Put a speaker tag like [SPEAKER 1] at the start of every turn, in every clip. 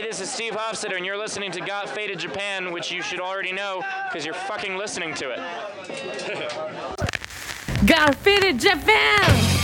[SPEAKER 1] this is Steve Hofstetter, and you're listening to Got Faded Japan, which you should already know because you're fucking listening to it.
[SPEAKER 2] Got fitted Japan!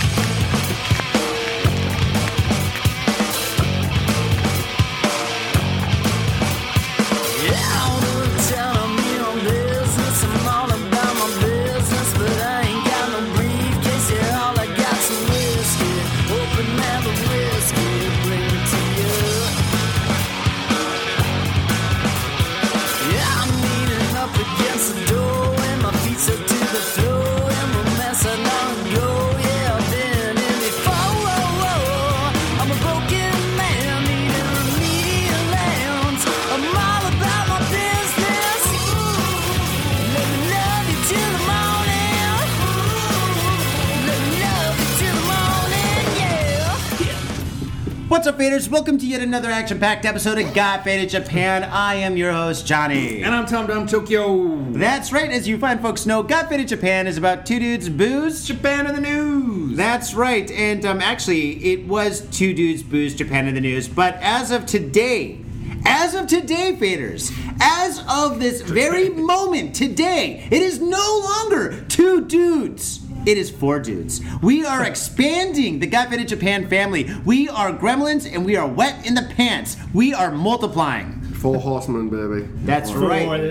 [SPEAKER 3] What's up, faders? Welcome to yet another action-packed episode of Got Faded Japan. I am your host, Johnny.
[SPEAKER 4] And I'm Tom Dom Tokyo.
[SPEAKER 3] That's right, as you fine folks know, Got Faded Japan is about two dudes, booze.
[SPEAKER 4] Japan in the news.
[SPEAKER 3] That's right, and um, actually, it was two dudes, booze, Japan in the news. But as of today, as of today, faders, as of this very moment today, it is no longer two dudes. It is four dudes. We are expanding the Got Faded Japan family. We are gremlins and we are wet in the pants. We are multiplying.
[SPEAKER 5] Four horsemen, baby.
[SPEAKER 3] That's
[SPEAKER 5] Four.
[SPEAKER 3] right.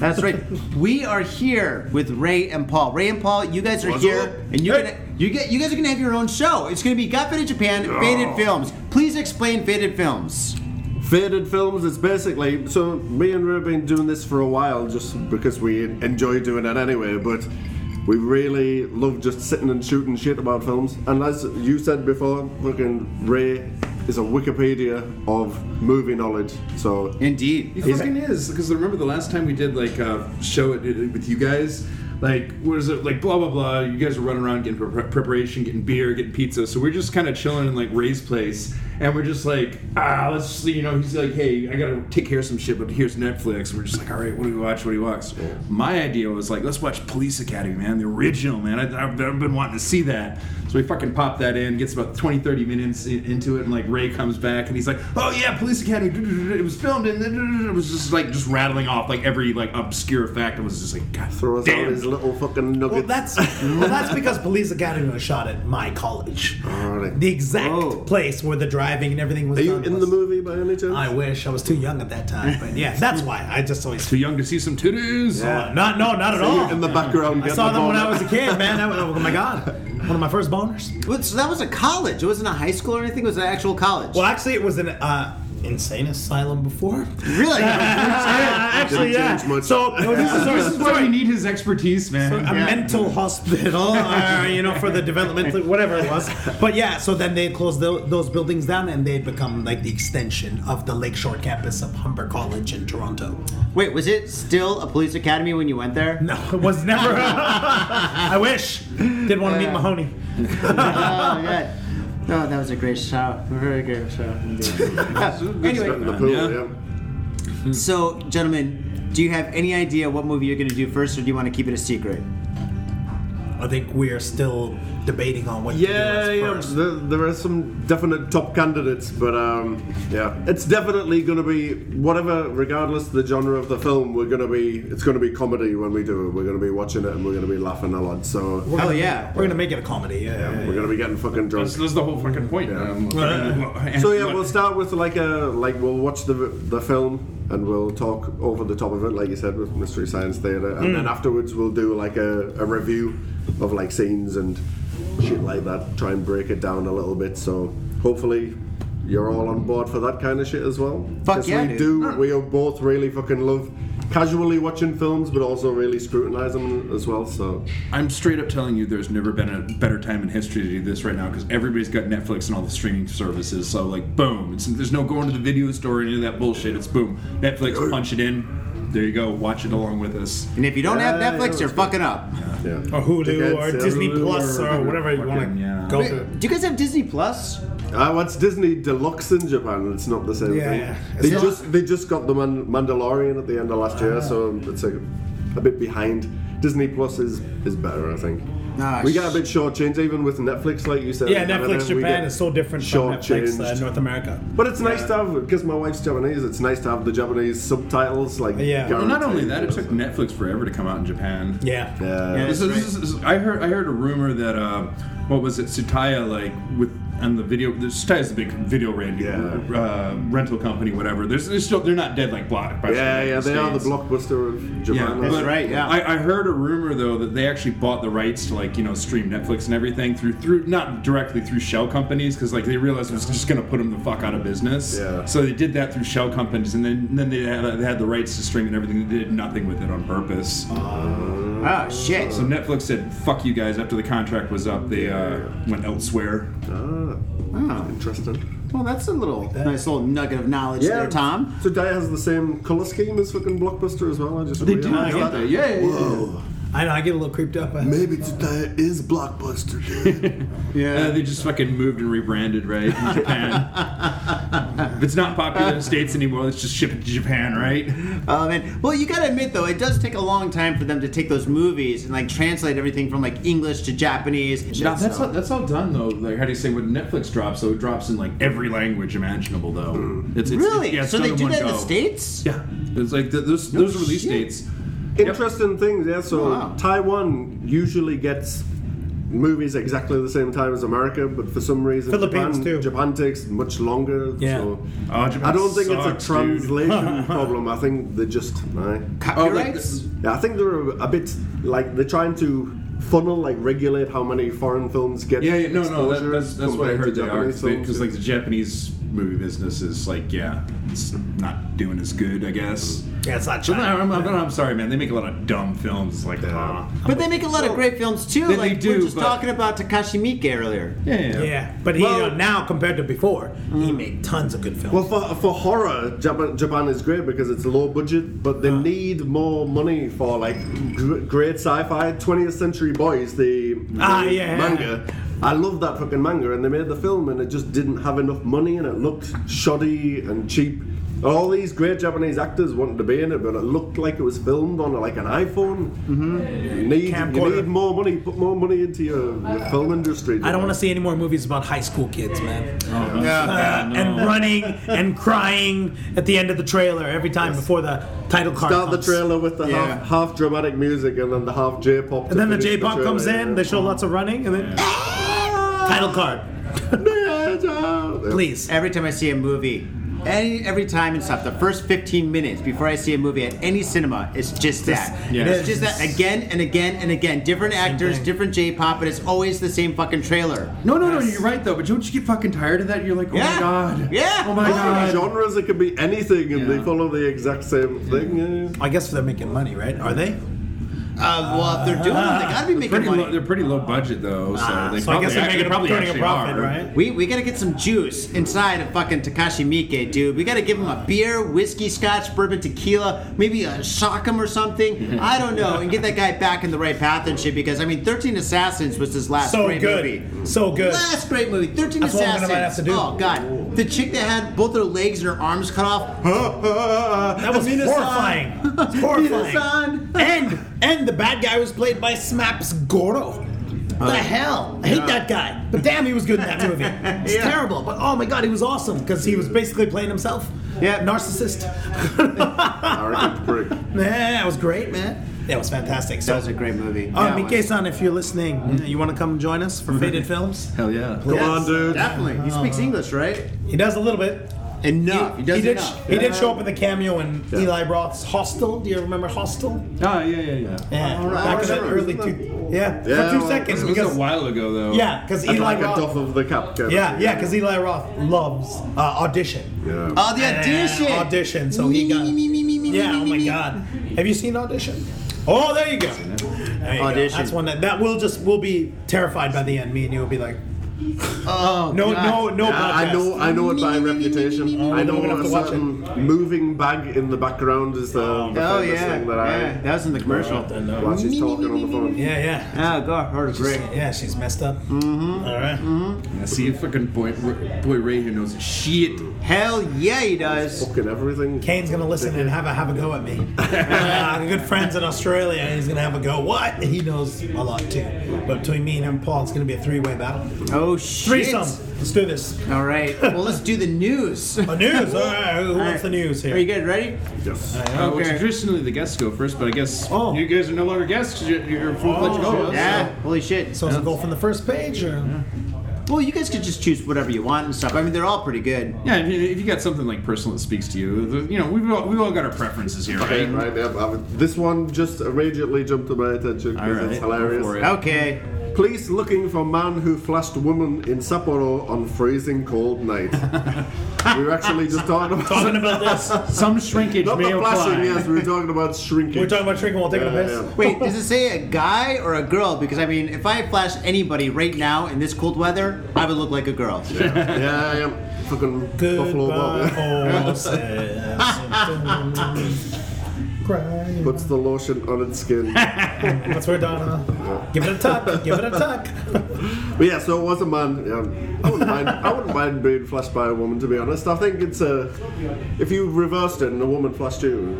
[SPEAKER 3] That's right. We are here with Ray and Paul. Ray and Paul, you guys are
[SPEAKER 5] What's
[SPEAKER 3] here,
[SPEAKER 5] up?
[SPEAKER 3] and you're gonna, you get you guys are gonna have your own show. It's gonna be Got Faded Japan, Faded Films. Please explain Faded Films.
[SPEAKER 5] Faded Films is basically so me and Ray have been doing this for a while just because we enjoy doing it anyway, but we really love just sitting and shooting shit about films. And as you said before, fucking Ray is a Wikipedia of movie knowledge. So
[SPEAKER 3] Indeed.
[SPEAKER 4] He fucking is. Because remember the last time we did like a show it- it- with you guys? Like, what is it? Like, blah, blah, blah. You guys were running around getting pre- preparation, getting beer, getting pizza. So we're just kind of chilling in like Ray's place. And we're just like, ah, let's, see, you know, he's like, hey, I got to take care of some shit, but here's Netflix. And we're just like, all right, what do we watch? What do we watch? My idea was like, let's watch Police Academy, man, the original, man. I, I've, I've been wanting to see that. So we fucking pop that in, gets about 20, 30 minutes in- into it, and like Ray comes back and he's like, "Oh yeah, Police Academy. It was filmed and it was just like just rattling off like every like obscure fact. It was just like God,
[SPEAKER 5] throw us out
[SPEAKER 4] damn.
[SPEAKER 5] his little fucking nuggets.
[SPEAKER 6] Well, that's well, that's because Police Academy was shot at my college,
[SPEAKER 5] Alright.
[SPEAKER 6] the exact
[SPEAKER 3] Whoa.
[SPEAKER 6] place where the driving and everything was.
[SPEAKER 5] Are you
[SPEAKER 6] done
[SPEAKER 5] in the
[SPEAKER 6] was.
[SPEAKER 5] movie by any chance?
[SPEAKER 6] I wish I was too young at that time, but yeah, that's why I just always.
[SPEAKER 4] Too young to see some titties.
[SPEAKER 6] Uh, not no, not at all.
[SPEAKER 5] in the background.
[SPEAKER 6] I
[SPEAKER 5] getting
[SPEAKER 6] saw
[SPEAKER 5] the
[SPEAKER 6] them when I
[SPEAKER 5] ball.
[SPEAKER 6] was a kid, man. I was, oh my god, one of my first boners.
[SPEAKER 3] Well, So that was a college. It wasn't a high school or anything. It was an actual college.
[SPEAKER 6] Well, actually, it was an uh, insane asylum before.
[SPEAKER 3] Really?
[SPEAKER 6] Uh, actually,
[SPEAKER 5] Didn't
[SPEAKER 6] yeah.
[SPEAKER 5] change much.
[SPEAKER 6] So no, this is our
[SPEAKER 4] This is why we need his expertise,
[SPEAKER 6] a
[SPEAKER 4] man.
[SPEAKER 6] mental hospital, uh, you know, for the development, whatever it was. But yeah, so then they closed tho- those buildings down, and they'd become like the extension of the Lakeshore campus of Humber College in Toronto.
[SPEAKER 3] Wait, was it still a police academy when you went there?
[SPEAKER 6] No, it was never. I wish. Didn't want to meet Mahoney.
[SPEAKER 3] Oh, yeah. No, that was a great show. Very good show. Indeed.
[SPEAKER 5] In
[SPEAKER 3] anyway,
[SPEAKER 5] the pool,
[SPEAKER 4] Yeah.
[SPEAKER 5] yeah.
[SPEAKER 3] so gentlemen, do you have any idea what movie you're gonna do first, or do you want to keep it a secret?
[SPEAKER 6] I think we're still debating on what. to do
[SPEAKER 5] Yeah,
[SPEAKER 6] as
[SPEAKER 5] yeah.
[SPEAKER 6] first.
[SPEAKER 5] There, there are some definite top candidates, but um, yeah, it's definitely going to be whatever, regardless of the genre of the film. We're going to be, it's going to be comedy when we do it. We're going to be watching it and we're going to be laughing a lot. So
[SPEAKER 6] We're
[SPEAKER 3] Hell
[SPEAKER 6] gonna-
[SPEAKER 3] yeah.
[SPEAKER 6] We're gonna make it a comedy. Yeah. yeah, yeah.
[SPEAKER 5] we're going to be getting fucking drunk.
[SPEAKER 4] That's, that's the whole fucking point. Um, man.
[SPEAKER 5] So yeah, we'll start with like a like we'll watch the the film and we'll talk over the top of it, like you said, with Mystery Science Theater,
[SPEAKER 6] Hmm.
[SPEAKER 5] and then afterwards we'll do like a, a review of like scenes and shit like that. Try and break it down a little bit. So hopefully. You're all on board for that kind of shit as well.
[SPEAKER 3] Fuck
[SPEAKER 5] 'Cause
[SPEAKER 3] yeah,
[SPEAKER 5] we
[SPEAKER 3] dude.
[SPEAKER 5] do. We both really fucking love casually watching films, but also really scrutinize them as well. So
[SPEAKER 4] I'm straight up telling you, there's never been a better time in history to do this right now because everybody's got Netflix and all the streaming services. So like, boom! It's, there's no going to the video store or any of that bullshit. It's boom. Netflix, punch it in. There you go. Watch it along with us.
[SPEAKER 3] And if you don't have
[SPEAKER 5] Yeah, yeah,
[SPEAKER 3] Netflix, you're
[SPEAKER 5] that's
[SPEAKER 3] fucking up.
[SPEAKER 5] yeah,
[SPEAKER 6] Or Hulu,
[SPEAKER 5] Tickets,
[SPEAKER 6] or
[SPEAKER 5] yeah.
[SPEAKER 6] Disney
[SPEAKER 4] Hulu
[SPEAKER 6] Plus,
[SPEAKER 4] or
[SPEAKER 6] or whatever you want
[SPEAKER 4] fucking,
[SPEAKER 6] to
[SPEAKER 4] yeah.
[SPEAKER 6] go to.
[SPEAKER 3] Wait, do you guys have Disney Plus?
[SPEAKER 4] Mm.
[SPEAKER 5] I watched Ah, Disney Deluxe in Japan. It's not the same
[SPEAKER 6] Yeah,
[SPEAKER 5] thing.
[SPEAKER 6] yeah.
[SPEAKER 5] They
[SPEAKER 6] It's not- Ah.
[SPEAKER 5] just they just got the Man- Mandalorian at the end of last year, so it's a, a bit behind. Disney Plus is is better, I think.
[SPEAKER 3] Ah,
[SPEAKER 5] we got
[SPEAKER 3] sh-
[SPEAKER 5] a bit shortchanged even with Netflix, like you said.
[SPEAKER 6] Yeah,
[SPEAKER 5] in Canada,
[SPEAKER 6] Netflix
[SPEAKER 5] we
[SPEAKER 6] Japan
[SPEAKER 5] get
[SPEAKER 6] is so different from Netflix uh,
[SPEAKER 5] shortchanged.
[SPEAKER 6] North America.
[SPEAKER 5] But it's nice to have because my wife's Japanese. It's nice to have the Japanese subtitles. Like
[SPEAKER 6] Yeah.
[SPEAKER 4] Well, not only
[SPEAKER 5] guaranteed,
[SPEAKER 4] that, it took
[SPEAKER 5] so-
[SPEAKER 4] Netflix forever to come out in Japan.
[SPEAKER 6] Yeah.
[SPEAKER 5] Yeah.
[SPEAKER 4] This is, this is- I heard I heard a rumor that uh, what was it Sutaya like with and the video the Sutaya's the big video rent,
[SPEAKER 5] Yeah.
[SPEAKER 4] uh, rental company whatever. There's they're still they're not dead like Blockbuster. like
[SPEAKER 5] Yeah, yeah,
[SPEAKER 4] the
[SPEAKER 5] they are the
[SPEAKER 4] States.
[SPEAKER 5] blockbuster of
[SPEAKER 4] Yeah,
[SPEAKER 5] Japan.
[SPEAKER 4] but
[SPEAKER 3] right, yeah.
[SPEAKER 4] I, I heard a rumor though that they actually bought the rights to like you know stream Netflix and everything through through not directly through shell companies because like they realized it was just gonna put them the fuck out of business.
[SPEAKER 5] Yeah.
[SPEAKER 4] So they did that through shell companies and then and then they had, they had the rights to stream and everything. They did nothing with it on purpose.
[SPEAKER 3] Uh-huh. Oh shit.
[SPEAKER 4] So Netflix said fuck you guys after the contract was up. They uh, went elsewhere.
[SPEAKER 5] Ah,
[SPEAKER 3] Oh,
[SPEAKER 5] interesting.
[SPEAKER 3] well, that's a little
[SPEAKER 6] that.
[SPEAKER 3] nice little nugget of knowledge there, Tom.
[SPEAKER 5] So Daya has the same color scheme as fucking Blockbuster as well. I just
[SPEAKER 4] They do
[SPEAKER 5] realized
[SPEAKER 4] don't
[SPEAKER 5] that.
[SPEAKER 4] they? Yeah, yeah, yeah.
[SPEAKER 5] Whoa.
[SPEAKER 6] I know, I get a little creeped up. I-
[SPEAKER 5] Maybe Daya is Blockbuster. dude.
[SPEAKER 4] Uh, they just fucking moved and rebranded, right? In Japan. if it's not popular in the states anymore, let's just ship it to Japan, right?
[SPEAKER 3] Oh man. Well, you gotta admit though, it does take a long time for them to take those movies and like translate everything from like English to Japanese. and shit,
[SPEAKER 4] Now, that's
[SPEAKER 3] so-
[SPEAKER 4] all, that's all done though. Like how do you say when Netflix drops? So it drops in like every language imaginable though. It's, it's
[SPEAKER 3] Mm. really.
[SPEAKER 4] yeah, it's
[SPEAKER 3] so
[SPEAKER 4] done
[SPEAKER 3] they do
[SPEAKER 4] one
[SPEAKER 3] that in the
[SPEAKER 4] go.
[SPEAKER 3] states.
[SPEAKER 4] Yeah, it's like th those those release
[SPEAKER 3] shit.
[SPEAKER 4] dates.
[SPEAKER 5] interesting things. Yeah. So
[SPEAKER 3] Wow.
[SPEAKER 5] Taiwan usually gets movies exactly the same time as America, but for some reason
[SPEAKER 6] Philippines
[SPEAKER 5] Japan,
[SPEAKER 6] too.
[SPEAKER 5] Japan takes much longer.
[SPEAKER 6] Yeah.
[SPEAKER 5] So
[SPEAKER 4] Oh, Japan
[SPEAKER 5] I don't think it's
[SPEAKER 4] sucks,
[SPEAKER 5] a
[SPEAKER 4] dude.
[SPEAKER 5] translation problem. I think they just. Nah.
[SPEAKER 4] Oh, like
[SPEAKER 3] Copyrights.
[SPEAKER 4] this-
[SPEAKER 5] Yeah, I think they're a bit like they're trying to funnel, like regulate how many foreign films get.
[SPEAKER 4] yeah, yeah, no, no, that,
[SPEAKER 5] exposure
[SPEAKER 4] that's that's what I
[SPEAKER 5] compared
[SPEAKER 4] heard.
[SPEAKER 5] to
[SPEAKER 4] They are
[SPEAKER 5] Japanese films.
[SPEAKER 4] because like the Japanese movie business is like yeah, it's not doing as good, I guess.
[SPEAKER 3] Mm.
[SPEAKER 6] Yeah, it's not
[SPEAKER 4] So no,
[SPEAKER 6] China.
[SPEAKER 4] I'm, I'm, I'm sorry, man. They make a lot of dumb films. Like, ah.
[SPEAKER 3] But they make a lot of great films too.
[SPEAKER 4] They- they
[SPEAKER 3] like we
[SPEAKER 4] do,
[SPEAKER 3] were just
[SPEAKER 4] but-
[SPEAKER 3] talking about Takashi Miike earlier.
[SPEAKER 4] yeah, yeah,
[SPEAKER 6] Yeah, but he,
[SPEAKER 5] Well-
[SPEAKER 6] uh, now compared to before, he made tons of good films.
[SPEAKER 5] Well, for, for horror, Japan, Japan is great because it's low budget, but they need more money for like gr- great sci-fi. 20th Century Boys, the, the
[SPEAKER 6] Ah, yeah.
[SPEAKER 5] manga. I love that fucking manga, and they made the film, and it just didn't have enough money, and it looked shoddy and cheap. And All these great Japanese actors wanted to be in it, but it looked like it was filmed on like an iPhone. You need you
[SPEAKER 6] Mm-hmm. Camcorder.
[SPEAKER 5] need more money. Put more money into your, your film industry.
[SPEAKER 6] I don't want
[SPEAKER 5] Japan.
[SPEAKER 6] to see any more movies about high school kids, man.
[SPEAKER 4] Yeah,
[SPEAKER 6] Uh,
[SPEAKER 4] Oh, no.
[SPEAKER 6] And running and crying at the end of the trailer every time before the title card.
[SPEAKER 5] Start the
[SPEAKER 6] comes.
[SPEAKER 5] trailer with the
[SPEAKER 3] Yeah.
[SPEAKER 5] half, half dramatic music and then the half J pop.
[SPEAKER 6] And then the J pop comes in, they show lots of running, and then title card. Please.
[SPEAKER 3] Every time I see a movie, any every time and stuff, the first 15 minutes before I see a movie at any cinema, it's just that.
[SPEAKER 4] yeah.
[SPEAKER 3] It's just that again and again and again. Different actors,
[SPEAKER 6] thing.
[SPEAKER 3] different J-pop, but it's always the same fucking trailer.
[SPEAKER 4] No, no, no. You're right though. But don't you get fucking tired of that? You're like, oh
[SPEAKER 3] Yeah.
[SPEAKER 4] my god.
[SPEAKER 3] Yeah.
[SPEAKER 4] Oh my
[SPEAKER 3] Oh,
[SPEAKER 4] god.
[SPEAKER 5] Genres, it could be anything, and they
[SPEAKER 4] Yeah.
[SPEAKER 5] follow the exact same thing. yeah.
[SPEAKER 6] I guess they're making money, right? Are they?
[SPEAKER 3] Uh, well, if they're doing it, they gotta be making
[SPEAKER 4] pretty
[SPEAKER 3] money.
[SPEAKER 4] low, they're pretty low budget though, so they
[SPEAKER 6] Ah, So I
[SPEAKER 4] probably,
[SPEAKER 6] guess they're
[SPEAKER 4] actually,
[SPEAKER 6] making
[SPEAKER 4] probably
[SPEAKER 6] turning a
[SPEAKER 4] actually
[SPEAKER 6] profit,
[SPEAKER 4] are.
[SPEAKER 6] right?
[SPEAKER 3] we, we gotta get some juice inside of fucking Takashi Miike, dude. We gotta give him a beer, whiskey, scotch, bourbon, tequila, maybe a shock him or something. I don't know, and get that guy back in the right path and shit. Because I mean, Thirteen Assassins was his last
[SPEAKER 6] So
[SPEAKER 3] great movie.
[SPEAKER 6] good. So good.
[SPEAKER 3] Last great movie, Thirteen
[SPEAKER 6] That's what I'm
[SPEAKER 3] Assassins.
[SPEAKER 6] gonna might have to do.
[SPEAKER 3] Oh god, the chick that had both her legs and her arms cut off. that
[SPEAKER 6] That was horrifying. It's horrifying. And and the bad guy was played by Smaps Goro. The hell! I hate that guy. But damn, he was good in that movie. It's
[SPEAKER 3] Yeah.
[SPEAKER 6] terrible, but oh my god, he was awesome because he was basically playing himself.
[SPEAKER 3] Yeah.
[SPEAKER 6] narcissist.
[SPEAKER 5] Arrogant prick.
[SPEAKER 6] Man, that was great, man. That was fantastic.
[SPEAKER 3] That
[SPEAKER 6] So,
[SPEAKER 3] was a great movie.
[SPEAKER 6] oh,
[SPEAKER 3] Yeah, it was. Mm-hmm.
[SPEAKER 6] Mike-san, if you're listening, you want to come join us for Faded Films?
[SPEAKER 4] Hell yeah.
[SPEAKER 5] Come on, dude.
[SPEAKER 3] Definitely, he speaks English, right?
[SPEAKER 6] He does a little bit.
[SPEAKER 3] Enough. He, does
[SPEAKER 6] did.
[SPEAKER 3] enough.
[SPEAKER 6] He did show up in the cameo in Eli Roth's Hostel. Do you remember Hostel?
[SPEAKER 4] Ah, yeah, yeah, yeah.
[SPEAKER 6] Yeah,
[SPEAKER 5] right.
[SPEAKER 6] back in the
[SPEAKER 5] Sure.
[SPEAKER 6] early two. Yeah,
[SPEAKER 5] Yeah,
[SPEAKER 6] for two
[SPEAKER 5] well,
[SPEAKER 6] seconds
[SPEAKER 4] It was
[SPEAKER 6] because
[SPEAKER 4] a while ago though.
[SPEAKER 6] yeah, because
[SPEAKER 5] And
[SPEAKER 6] Eli
[SPEAKER 5] like a
[SPEAKER 6] Roth.
[SPEAKER 5] doff of the cap. kind of
[SPEAKER 6] yeah,
[SPEAKER 5] thing.
[SPEAKER 6] yeah, because Eli Roth loves uh, audition.
[SPEAKER 5] Yeah.
[SPEAKER 3] Oh, the audition.
[SPEAKER 6] Yeah, audition. So he got. Yeah. Oh my God. Have you seen audition? Oh, there you go. There you go.
[SPEAKER 3] Audition.
[SPEAKER 6] That's one that that will just we'll be terrified by the end. Me and you will be like,
[SPEAKER 3] Oh,
[SPEAKER 6] No,
[SPEAKER 3] God.
[SPEAKER 6] no, no.
[SPEAKER 5] I I
[SPEAKER 6] podcast.
[SPEAKER 5] know, I know it by reputation. I
[SPEAKER 6] I'm
[SPEAKER 5] know
[SPEAKER 6] gonna have
[SPEAKER 5] a
[SPEAKER 6] to watch
[SPEAKER 5] certain moving bag in the background is the, the
[SPEAKER 3] Oh
[SPEAKER 5] famous
[SPEAKER 3] yeah,
[SPEAKER 5] thing that
[SPEAKER 3] yeah. That was in the commercial.
[SPEAKER 5] I watch. He's talking on the phone.
[SPEAKER 6] Yeah, yeah.
[SPEAKER 3] Oh God, heard of great.
[SPEAKER 6] Yeah, she's messed up. Mm-hmm. All right.
[SPEAKER 4] Yeah, see, fucking boy, boy Ray here knows his shit.
[SPEAKER 3] Hell yeah, he does.
[SPEAKER 5] Fucking everything.
[SPEAKER 6] Kane's gonna listen and have a have a go at me. uh, good friends in Australia, and he's gonna have a go. What? He knows a lot too. But between me and him, Paul, it's gonna be a three-way battle.
[SPEAKER 3] Oh shit.
[SPEAKER 6] Threesome. Let's do this.
[SPEAKER 3] All right. Well, let's do the news.
[SPEAKER 6] The news. All right. Who wants the news
[SPEAKER 3] Are you
[SPEAKER 6] here?
[SPEAKER 3] good? Ready?
[SPEAKER 5] Yes.
[SPEAKER 4] Uh, well,
[SPEAKER 3] Okay.
[SPEAKER 4] traditionally the guests go first, but I guess
[SPEAKER 6] Oh.
[SPEAKER 4] you guys are no longer guests 'cause you're, you're full-fledged
[SPEAKER 6] Oh,
[SPEAKER 4] co-hosts.
[SPEAKER 3] Yeah. Holy shit.
[SPEAKER 6] So does it go from the first page or?
[SPEAKER 3] Well, you guys could just choose whatever you want and stuff. I mean, they're all pretty good.
[SPEAKER 4] Yeah, if you, if you got something like personal that speaks to you, the, you know, we've all, we've all got our preferences here, right?
[SPEAKER 5] Right, yeah, but this one just immediately jumped to my attention
[SPEAKER 4] All
[SPEAKER 5] because
[SPEAKER 4] right,
[SPEAKER 5] it's
[SPEAKER 4] go for it.
[SPEAKER 5] hilarious.
[SPEAKER 3] Okay.
[SPEAKER 5] Police looking for man who flashed woman in Sapporo on freezing cold night. we were actually just talking about
[SPEAKER 6] Talking about this.
[SPEAKER 4] Some shrinkage
[SPEAKER 5] not the
[SPEAKER 4] may
[SPEAKER 5] flashing.
[SPEAKER 4] apply.
[SPEAKER 5] Yes, we were talking about shrinking.
[SPEAKER 6] We're talking about drinking while taking a piss.
[SPEAKER 3] Wait, does it say a guy or a girl? Because I mean, if I flashed anybody right now in this cold weather, I would look like a girl.
[SPEAKER 5] yeah, yeah, I am fucking Buffalo Bob. yeah.
[SPEAKER 6] Goodbye, horses. Cry.
[SPEAKER 5] Puts the lotion on its skin.
[SPEAKER 6] That's where Donna. Give it a tuck. Give it a tuck.
[SPEAKER 5] But yeah, so it was a man. Yeah, I wouldn't mind. I wouldn't mind being flushed by a woman, to be honest. I think it's a. If you reversed it and a woman flushed you,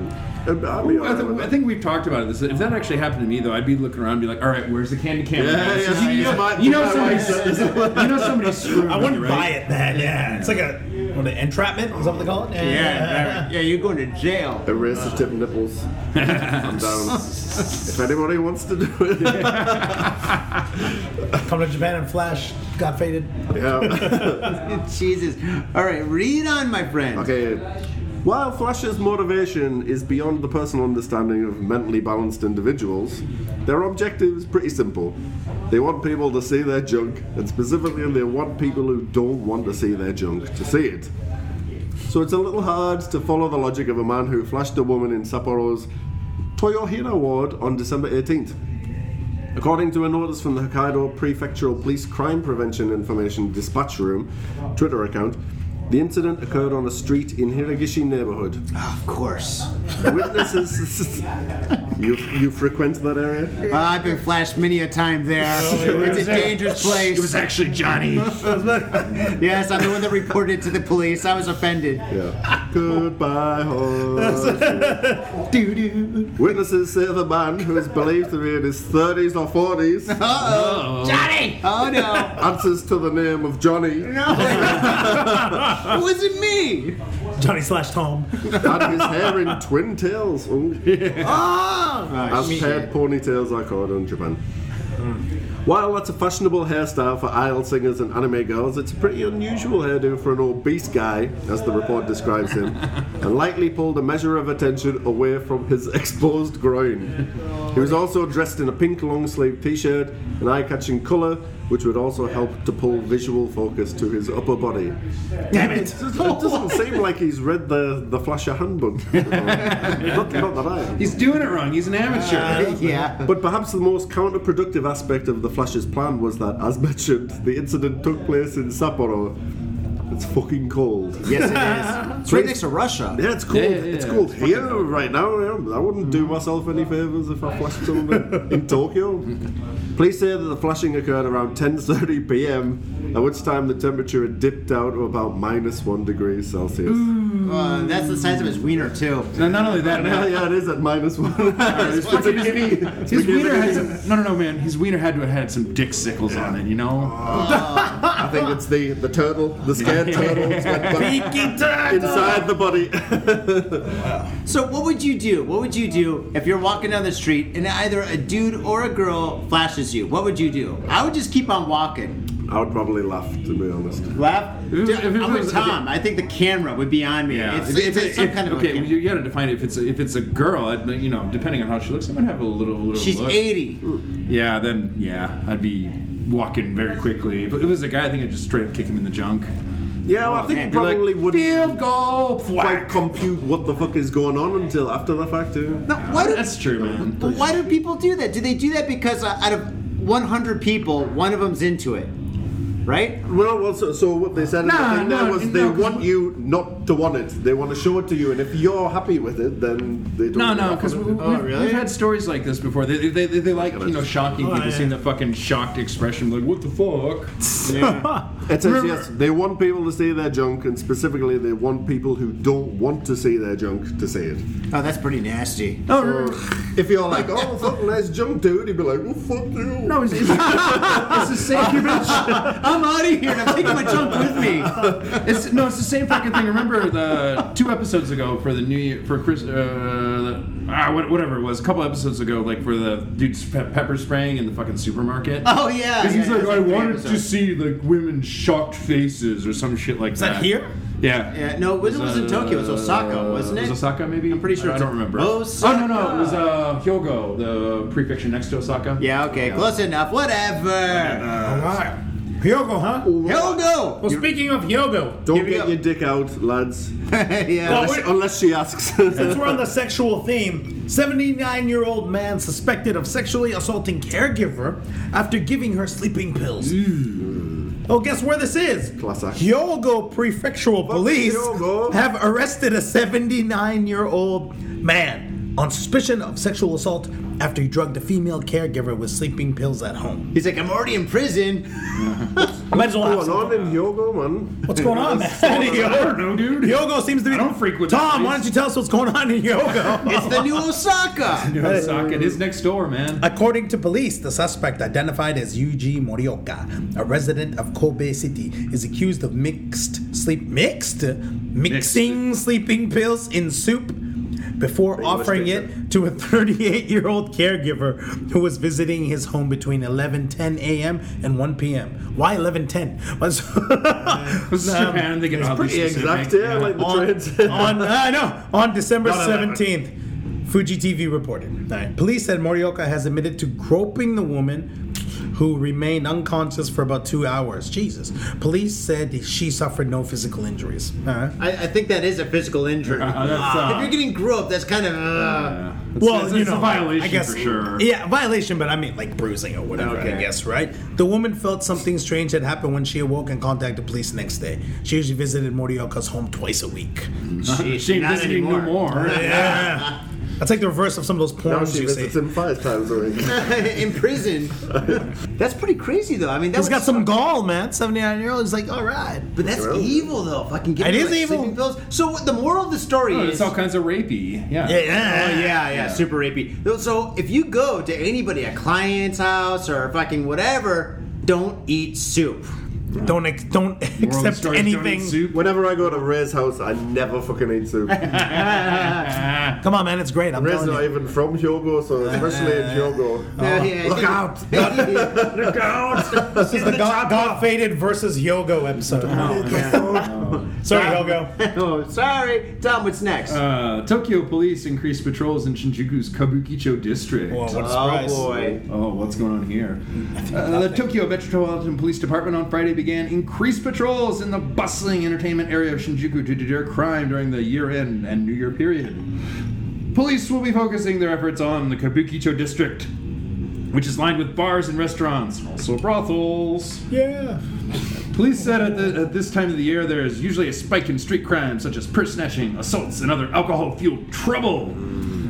[SPEAKER 5] I'd be all
[SPEAKER 4] I,
[SPEAKER 5] right
[SPEAKER 4] th-
[SPEAKER 5] with
[SPEAKER 4] I
[SPEAKER 5] it.
[SPEAKER 4] think we've talked about this. If that actually happened to me, though, I'd be looking around, and be like, "All right, where's the candy camera?"
[SPEAKER 5] Yeah,
[SPEAKER 4] guys?"
[SPEAKER 5] yeah,
[SPEAKER 4] 'Cause you,
[SPEAKER 5] yeah.
[SPEAKER 4] know-
[SPEAKER 5] My-
[SPEAKER 4] you know
[SPEAKER 5] my
[SPEAKER 4] somebody's,
[SPEAKER 5] wife
[SPEAKER 4] you know somebody's screwing.
[SPEAKER 6] I wouldn't
[SPEAKER 4] with you,
[SPEAKER 6] buy
[SPEAKER 4] right?
[SPEAKER 6] it then. Yeah, it's like a what, an entrapment. Is that what they call it?
[SPEAKER 3] Yeah, yeah, you're going to jail.
[SPEAKER 5] Erase the tip nipples. I'm down. if anybody wants to do it, yeah.
[SPEAKER 6] Come to Japan and Flash got faded.
[SPEAKER 3] Jesus. All right, read on, my friend.
[SPEAKER 5] Okay. While Flash's motivation is beyond the personal understanding of mentally balanced individuals, their objective is pretty simple. They want people to see their junk, and specifically, they want people who don't want to see their junk to see it. So it's a little hard to follow the logic of a man who flashed a woman in Sapporo's Toyohina Ward on December 18th. According to a notice from the Hokkaido Prefectural Police Crime Prevention Information Dispatch Room Twitter account, the incident occurred on a street in Hiragishi neighborhood.
[SPEAKER 3] Of course.
[SPEAKER 5] Witnesses. you, you frequent that area?
[SPEAKER 3] Well, Uh, I've been flashed many a time there. It's a dangerous place.
[SPEAKER 4] It was actually Johnny.
[SPEAKER 3] Yes, I'm the one that reported to the police. I was offended.
[SPEAKER 5] Yeah. Goodbye, horse.
[SPEAKER 3] Doo-doo.
[SPEAKER 5] Witnesses say the man, who is believed to be in his 30s or 40s,
[SPEAKER 3] Oh no.
[SPEAKER 5] answers to the name of Johnny.
[SPEAKER 3] Oh, It wasn't me.
[SPEAKER 6] Johnny slashed home.
[SPEAKER 5] had his hair in twin tails. Ooh.
[SPEAKER 4] Ah!
[SPEAKER 5] As paired ponytails are called in Japan. While that's a fashionable hairstyle for idol singers and anime girls, it's a pretty unusual hairdo for an obese guy, as the report describes him, and likely pulled a measure of attention away from his exposed groin. He was also dressed in a pink long sleeve t shirt, an eye catching colour, which would also help to pull visual focus to his upper body.
[SPEAKER 6] Damn it.
[SPEAKER 5] It doesn't seem like he's read the, the Flasher handbook. not, not that I am.
[SPEAKER 4] He's doing it wrong. He's an amateur.
[SPEAKER 5] Ah.
[SPEAKER 3] Yeah.
[SPEAKER 5] But perhaps the most counterproductive aspect of the Flash's plan was that, as mentioned, the incident took place in Sapporo. It's fucking cold. Yeah,
[SPEAKER 3] Yes, it is. It's right next to Russia.
[SPEAKER 5] it's cold. it's cold here right now. yeah. I wouldn't do myself any favors if I flashed someone in Tokyo. Police say that the flashing occurred around 10:30 p.m., at which time the temperature had dipped down to about minus one degree Celsius.
[SPEAKER 3] Uh, that's the size of his wiener too.
[SPEAKER 4] No, not only that,
[SPEAKER 5] Yeah,
[SPEAKER 4] no,
[SPEAKER 5] yeah, it is at minus one. it's a guinea. It's a
[SPEAKER 4] his wiener
[SPEAKER 5] guinea.
[SPEAKER 4] had some, no, no, no, man. His wiener had to have had some dick sickles on it. You
[SPEAKER 5] Oh,
[SPEAKER 4] know,
[SPEAKER 5] I think it's the the turtle, the scared turtle, It's got the- inside the body.
[SPEAKER 3] So what would you do? What would you do if you're walking down the street and either a dude or a girl flashes you? What would you do? I would just keep on walking.
[SPEAKER 5] I would probably laugh, to be honest.
[SPEAKER 3] Laugh.
[SPEAKER 4] If- if- if
[SPEAKER 3] I'm
[SPEAKER 4] it
[SPEAKER 3] with
[SPEAKER 4] was-
[SPEAKER 3] Tom. I think the camera would be on me. It's,
[SPEAKER 4] If-
[SPEAKER 3] it's,
[SPEAKER 4] if-
[SPEAKER 3] it's some
[SPEAKER 4] if-
[SPEAKER 3] kind of a
[SPEAKER 4] okay.
[SPEAKER 3] cam-
[SPEAKER 4] you gotta define if it's a, if it's a girl. I'd, you know, depending on how she looks, I might have a little little.
[SPEAKER 3] She's
[SPEAKER 4] look.
[SPEAKER 3] 80.
[SPEAKER 4] Yeah, then yeah, I'd be walking very quickly. If it was a guy, I think I'd just straight up kick him in the junk.
[SPEAKER 5] Yeah, well, I think
[SPEAKER 3] man,
[SPEAKER 5] you
[SPEAKER 4] Be like,
[SPEAKER 5] probably wouldn't
[SPEAKER 4] field goal.
[SPEAKER 5] quite
[SPEAKER 4] Whack.
[SPEAKER 5] compute what the fuck is going on until after the fact, too.
[SPEAKER 3] No, why do,
[SPEAKER 4] That's true, man.
[SPEAKER 3] but why do people do that? Do they do that because uh, out of 100 people, one of them's into it?
[SPEAKER 7] right?
[SPEAKER 5] Well, well, so, so what they said in
[SPEAKER 6] Nah,
[SPEAKER 5] the thing there
[SPEAKER 6] no,
[SPEAKER 5] was
[SPEAKER 6] no,
[SPEAKER 5] they
[SPEAKER 6] 'cause
[SPEAKER 5] want you not to want it. They want to show it to you, and if you're happy with it, then they don't.
[SPEAKER 4] No,
[SPEAKER 5] give
[SPEAKER 4] no,
[SPEAKER 5] up
[SPEAKER 4] because
[SPEAKER 5] on
[SPEAKER 4] we,
[SPEAKER 5] it.
[SPEAKER 4] we- we've,
[SPEAKER 7] really?
[SPEAKER 4] we've had stories like this before. They, they, they, they like you know shocking people, seeing the fucking shocked expression, like what the fuck.
[SPEAKER 5] It says yes. They want people to see their junk, and specifically, they want people who don't want to see their junk to see it.
[SPEAKER 7] Oh, that's pretty nasty.
[SPEAKER 4] No,
[SPEAKER 5] Or if you're like, "Oh, fuck, nice junk, dude," you'd be like, "Oh, fuck you."
[SPEAKER 4] no, it's, it's, it's the same.
[SPEAKER 7] I'm out of here and I'm taking my junk with me.
[SPEAKER 4] It's no, it's the same fucking thing. Remember the two episodes ago for the new year for Chris, uh, the- ah, what- whatever it was, a couple episodes ago, like for the dude's pe- pepper spraying in the fucking supermarket.
[SPEAKER 7] Oh, yeah.
[SPEAKER 4] Because
[SPEAKER 7] yeah,
[SPEAKER 4] he's like,
[SPEAKER 7] that's
[SPEAKER 4] I
[SPEAKER 7] three
[SPEAKER 4] wanted
[SPEAKER 7] episodes.
[SPEAKER 4] to see like women's shocked faces or some shit like
[SPEAKER 6] that
[SPEAKER 4] that.
[SPEAKER 6] here?
[SPEAKER 4] Yeah.
[SPEAKER 7] Yeah, no, it wasn't- it was
[SPEAKER 3] Uh,
[SPEAKER 7] in Tokyo. It was Osaka, wasn't
[SPEAKER 4] uh, It
[SPEAKER 7] it?
[SPEAKER 4] was Osaka, maybe. I'm
[SPEAKER 7] pretty sure
[SPEAKER 4] I
[SPEAKER 7] it's
[SPEAKER 4] don't remember.
[SPEAKER 7] Osaka.
[SPEAKER 4] Oh no, no, it was uh, Hyogo, the prefecture next to Osaka.
[SPEAKER 7] Yeah, okay, close enough. Whatever.
[SPEAKER 6] Alright. Hyogo, huh?
[SPEAKER 7] He'll go.
[SPEAKER 1] Well, speaking of Yogo,
[SPEAKER 5] Don't
[SPEAKER 7] Give it
[SPEAKER 5] get
[SPEAKER 7] up.
[SPEAKER 5] your dick out, lads.
[SPEAKER 7] yeah.
[SPEAKER 1] Well,
[SPEAKER 5] Unless, unless she asks.
[SPEAKER 6] Since we're on the sexual theme, 79 year old man suspected of sexually assaulting caregiver after giving her sleeping pills. Oh, guess where this is?
[SPEAKER 5] Class act.
[SPEAKER 6] Hyogo Prefectural Police
[SPEAKER 5] Hyogo.
[SPEAKER 6] have arrested a 79 year old man on suspicion of sexual assault after he drugged a female caregiver with sleeping pills at home.
[SPEAKER 7] He's like, I'm already in prison.
[SPEAKER 6] Might as well have
[SPEAKER 5] What's
[SPEAKER 6] some-
[SPEAKER 5] going on in Hyogo, man?
[SPEAKER 6] What's going on, man?
[SPEAKER 4] I don't know, dude.
[SPEAKER 6] Yogo seems to be.
[SPEAKER 4] I don't frequent that
[SPEAKER 6] Tom, why
[SPEAKER 4] place.
[SPEAKER 6] don't you tell us what's going on in Yogo?
[SPEAKER 7] It's the new Osaka.
[SPEAKER 4] Osaka it is next door, man.
[SPEAKER 6] According to police, the suspect, identified as Yuji Morioka, a resident of Kobe City, is accused of mixed sleep mixed mixing sleeping pills in soup before offering
[SPEAKER 5] mistake,
[SPEAKER 6] it to a 38-year-old caregiver who was visiting his home between 11:10 a.m. and 1 p.m. Why 11:10? Was
[SPEAKER 4] This is Japan. They get it's
[SPEAKER 5] Pretty exact, yeah, like the trends.
[SPEAKER 6] on, I know. On December
[SPEAKER 1] Not elaborate.
[SPEAKER 6] 17th, Fuji TV reported. Police said Morioka has admitted to groping the woman who remained unconscious for about two hours. Jesus. Police said she suffered no physical injuries. Uh-huh. Alright.
[SPEAKER 7] I, I think that is a physical injury.
[SPEAKER 4] Uh, that's, uh,
[SPEAKER 7] if you're getting groped, that's kind of. Uh,
[SPEAKER 6] Well,
[SPEAKER 4] it's,
[SPEAKER 6] you
[SPEAKER 4] it's
[SPEAKER 6] know,
[SPEAKER 4] a violation
[SPEAKER 6] I guess,
[SPEAKER 4] for sure.
[SPEAKER 6] Yeah, violation, but I mean like bruising or whatever. I
[SPEAKER 7] Okay.
[SPEAKER 6] guess, right? The woman felt something strange had happened when she awoke and contacted police the next day. She usually visited Morioka's home twice a week.
[SPEAKER 7] geez,
[SPEAKER 4] She
[SPEAKER 7] not
[SPEAKER 4] visiting no
[SPEAKER 7] anymore.
[SPEAKER 4] more.
[SPEAKER 6] Yeah, that's like the reverse of some of those
[SPEAKER 5] Now
[SPEAKER 6] porns
[SPEAKER 5] she
[SPEAKER 6] you see.
[SPEAKER 5] visits him five times a week.
[SPEAKER 7] in prison. That's pretty crazy, though. I mean, that
[SPEAKER 6] He's
[SPEAKER 7] would
[SPEAKER 6] got some gall, man. 79 year old. He's like, oh, all right.
[SPEAKER 7] But that's
[SPEAKER 5] Really?
[SPEAKER 7] evil, though. Fucking give
[SPEAKER 6] It
[SPEAKER 7] me,
[SPEAKER 6] is
[SPEAKER 7] like,
[SPEAKER 6] evil.
[SPEAKER 7] sleeping pills. So what- the moral of the story
[SPEAKER 4] Oh,
[SPEAKER 7] is.
[SPEAKER 4] it's all kinds of rapey. Yeah.
[SPEAKER 7] Oh,
[SPEAKER 6] Yeah.
[SPEAKER 7] yeah, yeah, super rapey. So if you go to anybody, a client's house or fucking whatever, don't eat soup.
[SPEAKER 6] Don't ex- don't
[SPEAKER 4] Moral of the
[SPEAKER 6] accept
[SPEAKER 4] story is don't eat
[SPEAKER 6] anything.
[SPEAKER 4] Soup.
[SPEAKER 5] Whenever I go to Ray's house, I never fucking eat soup.
[SPEAKER 6] Come on, man. It's great. I'm
[SPEAKER 5] Ray's
[SPEAKER 6] telling
[SPEAKER 5] not
[SPEAKER 6] you.
[SPEAKER 5] even from Hyogo, so especially in Hyogo.
[SPEAKER 7] Yeah, yeah,
[SPEAKER 6] look
[SPEAKER 7] yeah.
[SPEAKER 6] out.
[SPEAKER 7] Yeah.
[SPEAKER 6] This is the God, God Faded versus Yogo episode. Oh,
[SPEAKER 4] Uh,
[SPEAKER 6] Sorry, Yogo.
[SPEAKER 7] oh, sorry. Tom, what's next?
[SPEAKER 4] Uh, Tokyo police increased patrols in Shinjuku's Kabukicho district.
[SPEAKER 6] Whoa, what a
[SPEAKER 7] oh,
[SPEAKER 6] surprise.
[SPEAKER 7] boy.
[SPEAKER 4] Oh, what's going on here? Uh, the Tokyo Metropolitan Police Department on Friday began increased patrols in the bustling entertainment area of Shinjuku to deter crime during the year end and New Year period. Police will be focusing their efforts on the Kabukicho district, which is lined with bars and restaurants, and also brothels.
[SPEAKER 6] Yeah.
[SPEAKER 4] Police said at, the, at this time of the year there is usually a spike in street crime, such as purse snatching, assaults, and other alcohol fueled trouble.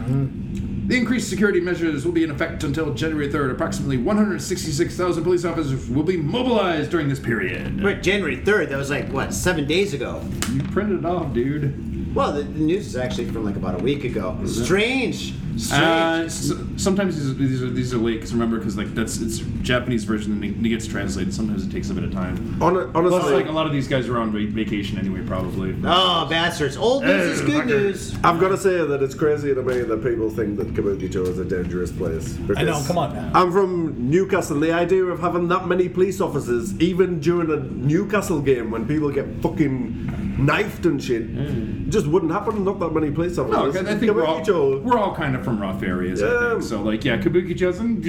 [SPEAKER 4] The increased security measures will be in effect until January 3rd. Approximately 166,000 police officers will be mobilized during this period.
[SPEAKER 7] Wait, January 3rd, that was like, what, seven days ago?
[SPEAKER 4] You printed it off, dude.
[SPEAKER 7] Well, the, the news is actually from like about a week ago. Strange. Strange.
[SPEAKER 4] Uh, s sometimes these are, these are, these are late because remember, because like that's it's Japanese version and it gets translated. Sometimes it takes a bit of time.
[SPEAKER 5] Hon-
[SPEAKER 4] Plus,
[SPEAKER 5] Honestly,
[SPEAKER 4] like a lot of these guys are on va- vacation anyway, probably.
[SPEAKER 7] oh, bastards. Old news is
[SPEAKER 4] Eh,
[SPEAKER 7] good
[SPEAKER 4] fucker.
[SPEAKER 7] news.
[SPEAKER 5] I've got to say that it's crazy to me that people think that Kabukicho is a dangerous place. Because
[SPEAKER 6] I know, come on now.
[SPEAKER 5] I'm from Newcastle. The idea of having that many police officers, even during a Newcastle game when people get fucking knifed and shit,
[SPEAKER 6] Mm.
[SPEAKER 5] just wouldn't happen. Not that many police
[SPEAKER 4] No,
[SPEAKER 5] officers.
[SPEAKER 4] I think we're all,
[SPEAKER 5] Kabukicho-
[SPEAKER 4] we're all kind of from rough areas. I
[SPEAKER 5] Yeah.
[SPEAKER 4] think. So, like, yeah, Kabuki Chosen,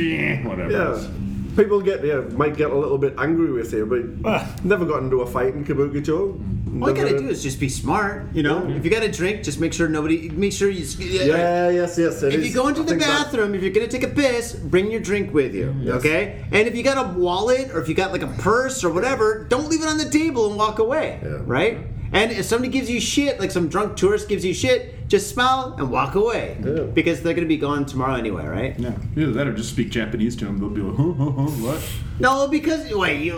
[SPEAKER 4] whatever.
[SPEAKER 5] Yeah.
[SPEAKER 6] Ah.
[SPEAKER 5] People get yeah might get a little bit angry with you, but never got into a fight in Kabukicho.
[SPEAKER 3] All you gotta do is just be smart, you know. If you gotta drink, just make sure nobody. Make sure you.
[SPEAKER 5] Yeah, yes, yes. it
[SPEAKER 3] If
[SPEAKER 5] is.
[SPEAKER 3] you go into
[SPEAKER 5] I
[SPEAKER 3] the
[SPEAKER 5] think that-
[SPEAKER 3] bathroom, if you're gonna take a piss, bring your drink with you. Okay. And if you got a wallet or if you got like a purse or whatever, don't leave it on the table and walk away.
[SPEAKER 5] Yeah.
[SPEAKER 3] Right. And if somebody gives you shit, like some drunk tourist gives you shit, just smile and walk away
[SPEAKER 5] Yeah.
[SPEAKER 3] because they're gonna be gone tomorrow anyway, right?
[SPEAKER 4] Yeah. Either that or just speak Japanese to them. They'll be like, huh, huh, huh, what?
[SPEAKER 3] No, because wait, you.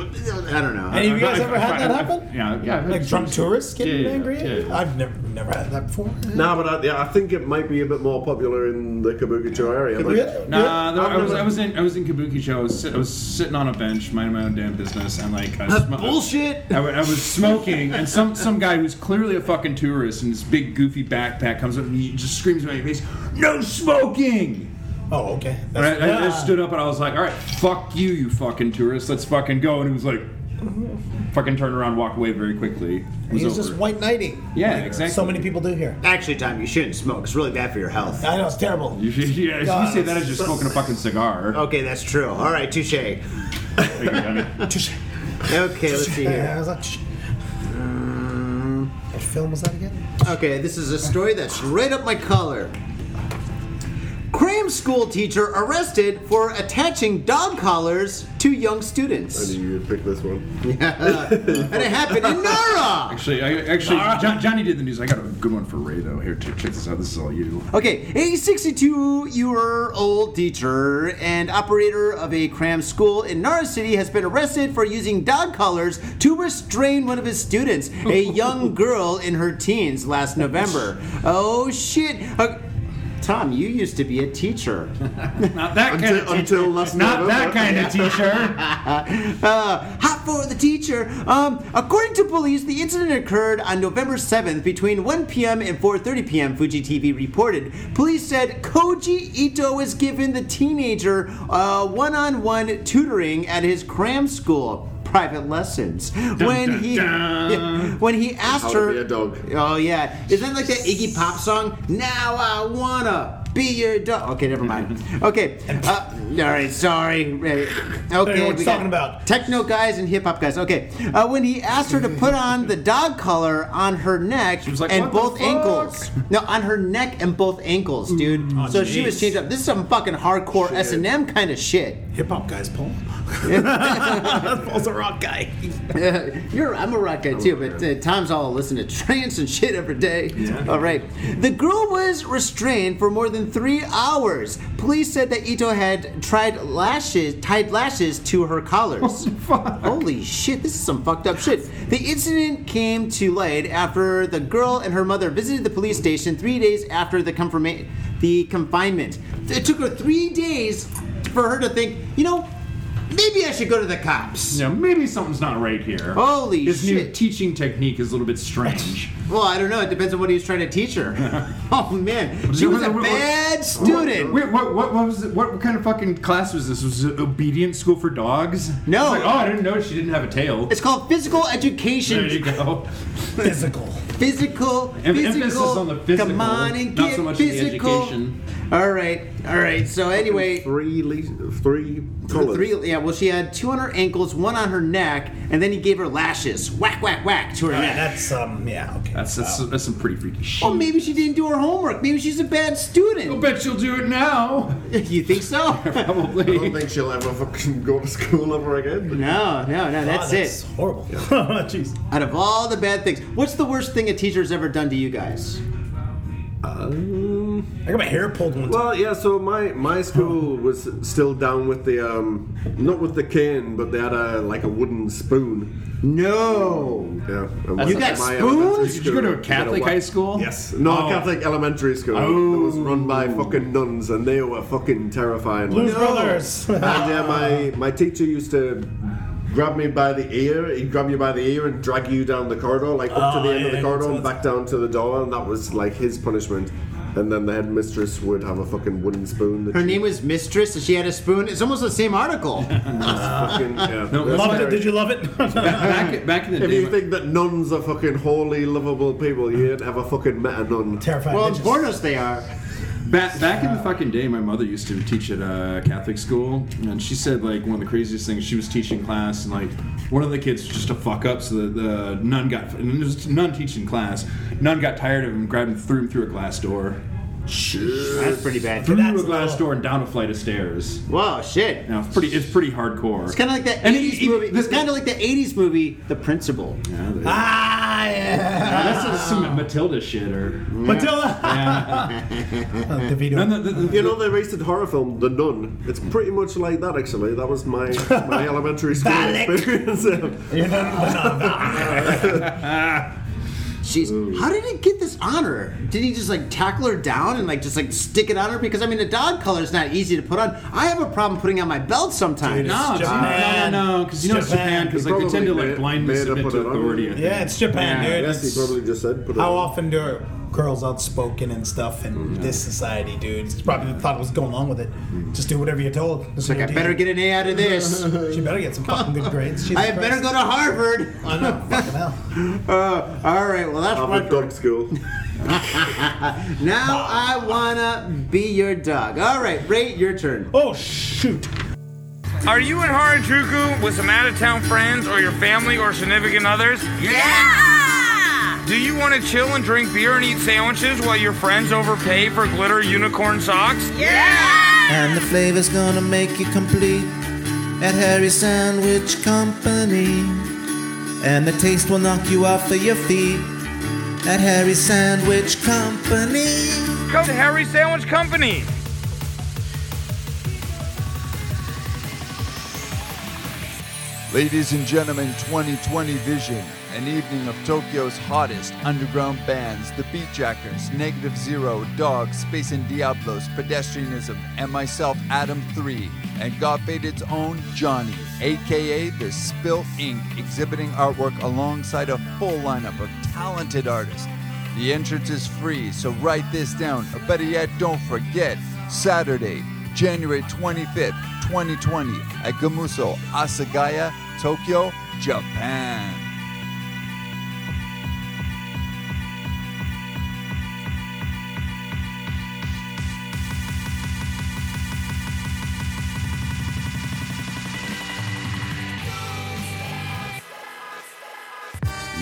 [SPEAKER 3] I don't know.
[SPEAKER 6] Any of you guys
[SPEAKER 4] I've-
[SPEAKER 6] ever had
[SPEAKER 4] I've-
[SPEAKER 6] that
[SPEAKER 4] I've-
[SPEAKER 6] happen?
[SPEAKER 4] Yeah, yeah. I've had
[SPEAKER 6] Like drunk tourists
[SPEAKER 4] Yeah,
[SPEAKER 6] getting
[SPEAKER 4] yeah,
[SPEAKER 6] angry?
[SPEAKER 4] yeah, yeah.
[SPEAKER 6] I've never never had that before.
[SPEAKER 5] Nah, but I, yeah, I think it might be a bit more popular in the Kabukicho area. Like,
[SPEAKER 6] Yeah.
[SPEAKER 4] Nah, there- I, was,
[SPEAKER 5] never-
[SPEAKER 4] I was in I was in Kabuki show. I was, sit, I was sitting on a bench, minding my own damn business, and like I, smo-
[SPEAKER 3] bullshit.
[SPEAKER 4] I, wa- I was smoking, and some some guy who's clearly a fucking tourist in this big goofy backpack comes up and he just screams in my face, "No smoking!"
[SPEAKER 6] Oh, okay.
[SPEAKER 4] And I,
[SPEAKER 6] That's-
[SPEAKER 4] I, I stood up and I was like, "All right, fuck you, you fucking tourist. Let's fucking go." And he was like, fucking turned around, walked away very quickly. It was
[SPEAKER 6] He's
[SPEAKER 4] over.
[SPEAKER 6] just white knighting.
[SPEAKER 4] Yeah,
[SPEAKER 6] Like,
[SPEAKER 4] exactly.
[SPEAKER 6] So many people do here.
[SPEAKER 3] Actually, Tom, you shouldn't smoke. It's really bad for your health.
[SPEAKER 6] I know it's terrible.
[SPEAKER 4] You should- yeah, if you
[SPEAKER 6] God,
[SPEAKER 4] say that as you're smoking a fucking cigar.
[SPEAKER 3] Okay, that's true. All right, touche. Okay,
[SPEAKER 6] Touche.
[SPEAKER 3] let's see here.
[SPEAKER 6] I was like, "Shh." What film was that again?
[SPEAKER 3] Okay, this is a story that's right up my collar. Cram school teacher arrested for attaching dog collars to young
[SPEAKER 5] I
[SPEAKER 3] students.
[SPEAKER 5] knew you'd pick this one.
[SPEAKER 3] And it happened in Nara!
[SPEAKER 4] Actually, I, actually, John, Johnny did the news. I got a good one for Ray though. Here, check check this out. This is all you.
[SPEAKER 3] Okay, a 62 year old teacher and operator of a cram school in Nara City has been arrested for using dog collars to restrain one of his students, a young girl in her teens, last November. Oh shit! Uh, Tom, you used to be a teacher.
[SPEAKER 4] Not that kind
[SPEAKER 5] Until, until last
[SPEAKER 4] Not that
[SPEAKER 5] November.
[SPEAKER 4] kind of t-shirt.
[SPEAKER 3] Uh, hot for the teacher. Um, according to police, the incident occurred on November 7th between 1 p.m. and 4:30 p.m. Fuji TV reported. Police said Koji Ito was given the teenager uh, one-on-one tutoring at his cram school. Private lessons. when
[SPEAKER 4] dun,
[SPEAKER 3] he
[SPEAKER 4] dun.
[SPEAKER 3] Yeah, when he asked
[SPEAKER 5] How to
[SPEAKER 3] her
[SPEAKER 5] be a dog.
[SPEAKER 3] Oh yeah, is that like that Iggy Pop song? Now I wanna be your dog. Okay, never mind. Okay, uh, all right, sorry. Right. Okay,
[SPEAKER 6] know what
[SPEAKER 3] we
[SPEAKER 6] you're
[SPEAKER 3] got
[SPEAKER 6] talking about.
[SPEAKER 3] Techno guys and hip hop guys. Okay, uh, when he asked her to put on the dog collar on her neck
[SPEAKER 4] was like,
[SPEAKER 3] and
[SPEAKER 4] "What the
[SPEAKER 3] both
[SPEAKER 4] fuck?"
[SPEAKER 3] ankles, no, on her neck and both ankles, dude.
[SPEAKER 6] Mm. Oh,
[SPEAKER 3] so she was changed up. This is some fucking hardcore S and M kind of shit.
[SPEAKER 6] Hip hop guys, Paul. Paul's a rock guy.
[SPEAKER 3] You're, I'm a rock guy too, but uh, Tom's all listen to trance and shit every day. All right. The girl was restrained for more than three hours. Police said that Ito had tried lashes, tied lashes to her collars. Holy shit, this is some fucked up shit. The incident came to light after the girl and her mother visited the police station three days after the confirma- the confinement. It took her three days for her to think, you know, maybe I should go to the cops.
[SPEAKER 4] Now maybe something's not right here.
[SPEAKER 3] Holy
[SPEAKER 4] His new
[SPEAKER 3] shit.
[SPEAKER 4] teaching technique is a little bit strange.
[SPEAKER 3] Well, I don't know. It depends on what he was trying to teach her. oh man, she
[SPEAKER 4] No,
[SPEAKER 3] was
[SPEAKER 4] no,
[SPEAKER 3] a
[SPEAKER 4] no,
[SPEAKER 3] bad student.
[SPEAKER 4] Wait, what, what, what was it? What kind of fucking class was this? Was it obedience school for dogs?
[SPEAKER 3] No.
[SPEAKER 4] It's like, oh, I didn't know she didn't have a tail.
[SPEAKER 3] It's called physical
[SPEAKER 4] There you
[SPEAKER 3] education.
[SPEAKER 4] go.
[SPEAKER 6] Physical.
[SPEAKER 3] Physical,
[SPEAKER 4] Em-
[SPEAKER 3] physical.
[SPEAKER 4] emphasis on the physical,
[SPEAKER 3] Come on and
[SPEAKER 4] not
[SPEAKER 3] get
[SPEAKER 4] so much the
[SPEAKER 3] physical.
[SPEAKER 4] education.
[SPEAKER 3] All right, all right. So anyway,
[SPEAKER 5] Three, le- three colors.
[SPEAKER 3] three. Yeah, well, she had two on her ankles, one on her neck, and then he gave her lashes, whack, whack, whack, to her
[SPEAKER 6] All right,
[SPEAKER 3] neck.
[SPEAKER 6] that's um, yeah, okay.
[SPEAKER 4] That's that's, that's some pretty freaky shit.
[SPEAKER 3] Oh, maybe she didn't do her homework. Maybe she's a bad student.
[SPEAKER 4] I bet you'll do it now.
[SPEAKER 3] you think so?
[SPEAKER 5] I don't
[SPEAKER 4] Probably.
[SPEAKER 5] think she'll ever fucking go to school ever again.
[SPEAKER 3] no, no, no.
[SPEAKER 6] Ah,
[SPEAKER 3] That's,
[SPEAKER 6] that's
[SPEAKER 3] it.
[SPEAKER 6] horrible. Jeez.
[SPEAKER 3] Out of all the bad things, what's the worst thing a teacher's ever done to you guys?
[SPEAKER 5] Um,
[SPEAKER 6] I got my hair pulled one time.
[SPEAKER 5] Well, yeah. So my my school was still down with the um, not with the cane, but they had a like a wooden spoon.
[SPEAKER 3] No.
[SPEAKER 5] Yeah.
[SPEAKER 3] You got spoons?
[SPEAKER 4] Did you go to a Catholic high school?
[SPEAKER 5] Yes. No,
[SPEAKER 4] Oh.
[SPEAKER 5] a Catholic elementary school. It was run by fucking nuns, and they were fucking terrifying.
[SPEAKER 6] Blues
[SPEAKER 5] Like,
[SPEAKER 6] Brothers.
[SPEAKER 5] and uh, my my teacher used to grab me by the ear. He'd grab you by the ear and drag you down the corridor, like up to
[SPEAKER 6] Oh,
[SPEAKER 5] the end of the
[SPEAKER 6] yeah,
[SPEAKER 5] corridor
[SPEAKER 6] so
[SPEAKER 5] and
[SPEAKER 6] it's-
[SPEAKER 5] back down to the door, and that was like his punishment. And then the headmistress would have a fucking wooden spoon. That
[SPEAKER 3] Her
[SPEAKER 5] she
[SPEAKER 3] name was Mistress, and she had a spoon. It's almost the same article.
[SPEAKER 5] fucking. Yeah, that's
[SPEAKER 6] Loved it.
[SPEAKER 5] scary.
[SPEAKER 6] Did you love it?
[SPEAKER 4] Back, back in the
[SPEAKER 5] If
[SPEAKER 4] day,
[SPEAKER 5] you think that nuns are fucking holy, lovable people, you ain't ever fucking met a nun.
[SPEAKER 6] Terrifying.
[SPEAKER 3] well, in
[SPEAKER 6] bitches.
[SPEAKER 3] pornos they are.
[SPEAKER 4] Back, back in the fucking day, my mother used to teach at a Catholic school, and she said like one of the craziest things. She was teaching class, and like one of the kids was just a fuck up, so the, the nun got and there was nun teaching class. Nun got tired of him, grabbed him, threw him through a glass door,
[SPEAKER 7] That's pretty bad.
[SPEAKER 4] through
[SPEAKER 6] That's
[SPEAKER 4] a glass
[SPEAKER 6] awful.
[SPEAKER 4] door, and down a flight of stairs.
[SPEAKER 7] Wow, shit.
[SPEAKER 4] Now it's pretty, it's pretty hardcore.
[SPEAKER 7] It's kind of like that
[SPEAKER 4] And
[SPEAKER 7] 80s
[SPEAKER 4] he- he-
[SPEAKER 7] movie.
[SPEAKER 4] this-
[SPEAKER 7] It's kind of like the 80s movie, The Principal.
[SPEAKER 4] Yeah, there-
[SPEAKER 6] Ah, yeah.
[SPEAKER 4] that's just
[SPEAKER 7] Ah.
[SPEAKER 4] some Matilda shit, or
[SPEAKER 5] Mm-hmm.
[SPEAKER 6] Matilda.
[SPEAKER 4] yeah.
[SPEAKER 6] The video.
[SPEAKER 4] And the- the- the-
[SPEAKER 5] You know the recent horror film, The Nun. It's pretty much like that. Actually, that was my my elementary school
[SPEAKER 6] Valak.
[SPEAKER 5] experience.
[SPEAKER 7] Jeez, how did it get this on her? Did he just like tackle her down and like just like stick it on her? Because I mean, a dog collar is not easy to put on. I have a problem putting on my belt sometimes.
[SPEAKER 6] Dude,
[SPEAKER 4] No,
[SPEAKER 6] It's
[SPEAKER 4] it's-
[SPEAKER 6] Japan.
[SPEAKER 4] no, no, no, because you know it's Japan,
[SPEAKER 6] Japan.
[SPEAKER 4] because
[SPEAKER 5] They
[SPEAKER 4] like they tend to
[SPEAKER 5] probably
[SPEAKER 4] like
[SPEAKER 5] made-
[SPEAKER 4] blindly
[SPEAKER 5] made up
[SPEAKER 4] submit
[SPEAKER 5] what
[SPEAKER 4] to
[SPEAKER 5] it on.
[SPEAKER 4] authority. I think.
[SPEAKER 6] Yeah, it's Japan,
[SPEAKER 4] Yeah,
[SPEAKER 6] dude.
[SPEAKER 5] yes, he
[SPEAKER 6] It's-
[SPEAKER 5] probably just said. Put it
[SPEAKER 6] How
[SPEAKER 5] on.
[SPEAKER 6] often do girls outspoken and stuff in this society, dude? It's probably the thought was going along with it. Just do whatever you're told. It's
[SPEAKER 7] Like, I better get an A out of this.
[SPEAKER 6] She better get some fucking good grades. Jesus
[SPEAKER 7] I better
[SPEAKER 6] Christ.
[SPEAKER 7] go to Harvard.
[SPEAKER 6] I know. Fucking hell.
[SPEAKER 7] Uh, all right, well, that's
[SPEAKER 5] I'm
[SPEAKER 7] one
[SPEAKER 5] at dog school.
[SPEAKER 7] Now I wanna be your dog. All right, Ray, your turn.
[SPEAKER 6] Oh shoot.
[SPEAKER 1] Are you in Harajuku with some out of town friends or your family or significant others? Yeah! Do you want to chill and drink beer and eat sandwiches while your friends overpay for glitter unicorn socks?
[SPEAKER 8] And the flavor's gonna make you complete at Harry Sandwich Company. And the taste will knock you off of your feet at Harry Sandwich Company.
[SPEAKER 1] Come to Harry Sandwich Company!
[SPEAKER 9] Ladies and gentlemen, 2020 Vision, an evening of Tokyo's hottest underground bands, the Beatjackers, Negative Zero, Dogs, Space and Diablos, Pedestrianism, and myself, Adam 3, and Godfaded's own Johnny, aka the Spill Ink, exhibiting artwork alongside a full lineup of talented artists. The entrance is free, so write this down, or better yet, don't forget, Saturday, January 25th, 2020, at Gamuso, Asagaya, Tokyo, Japan.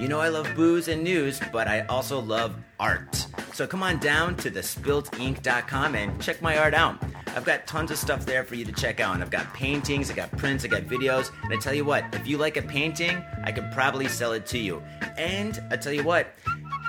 [SPEAKER 3] You know I love booze and news, but I also love art. So come on down to thespiltink.com and check my art out. I've got tons of stuff there for you to check out. And I've got paintings, I got prints, I got videos, and I tell you what, if you like a painting, I could probably sell it to you. And I tell you what,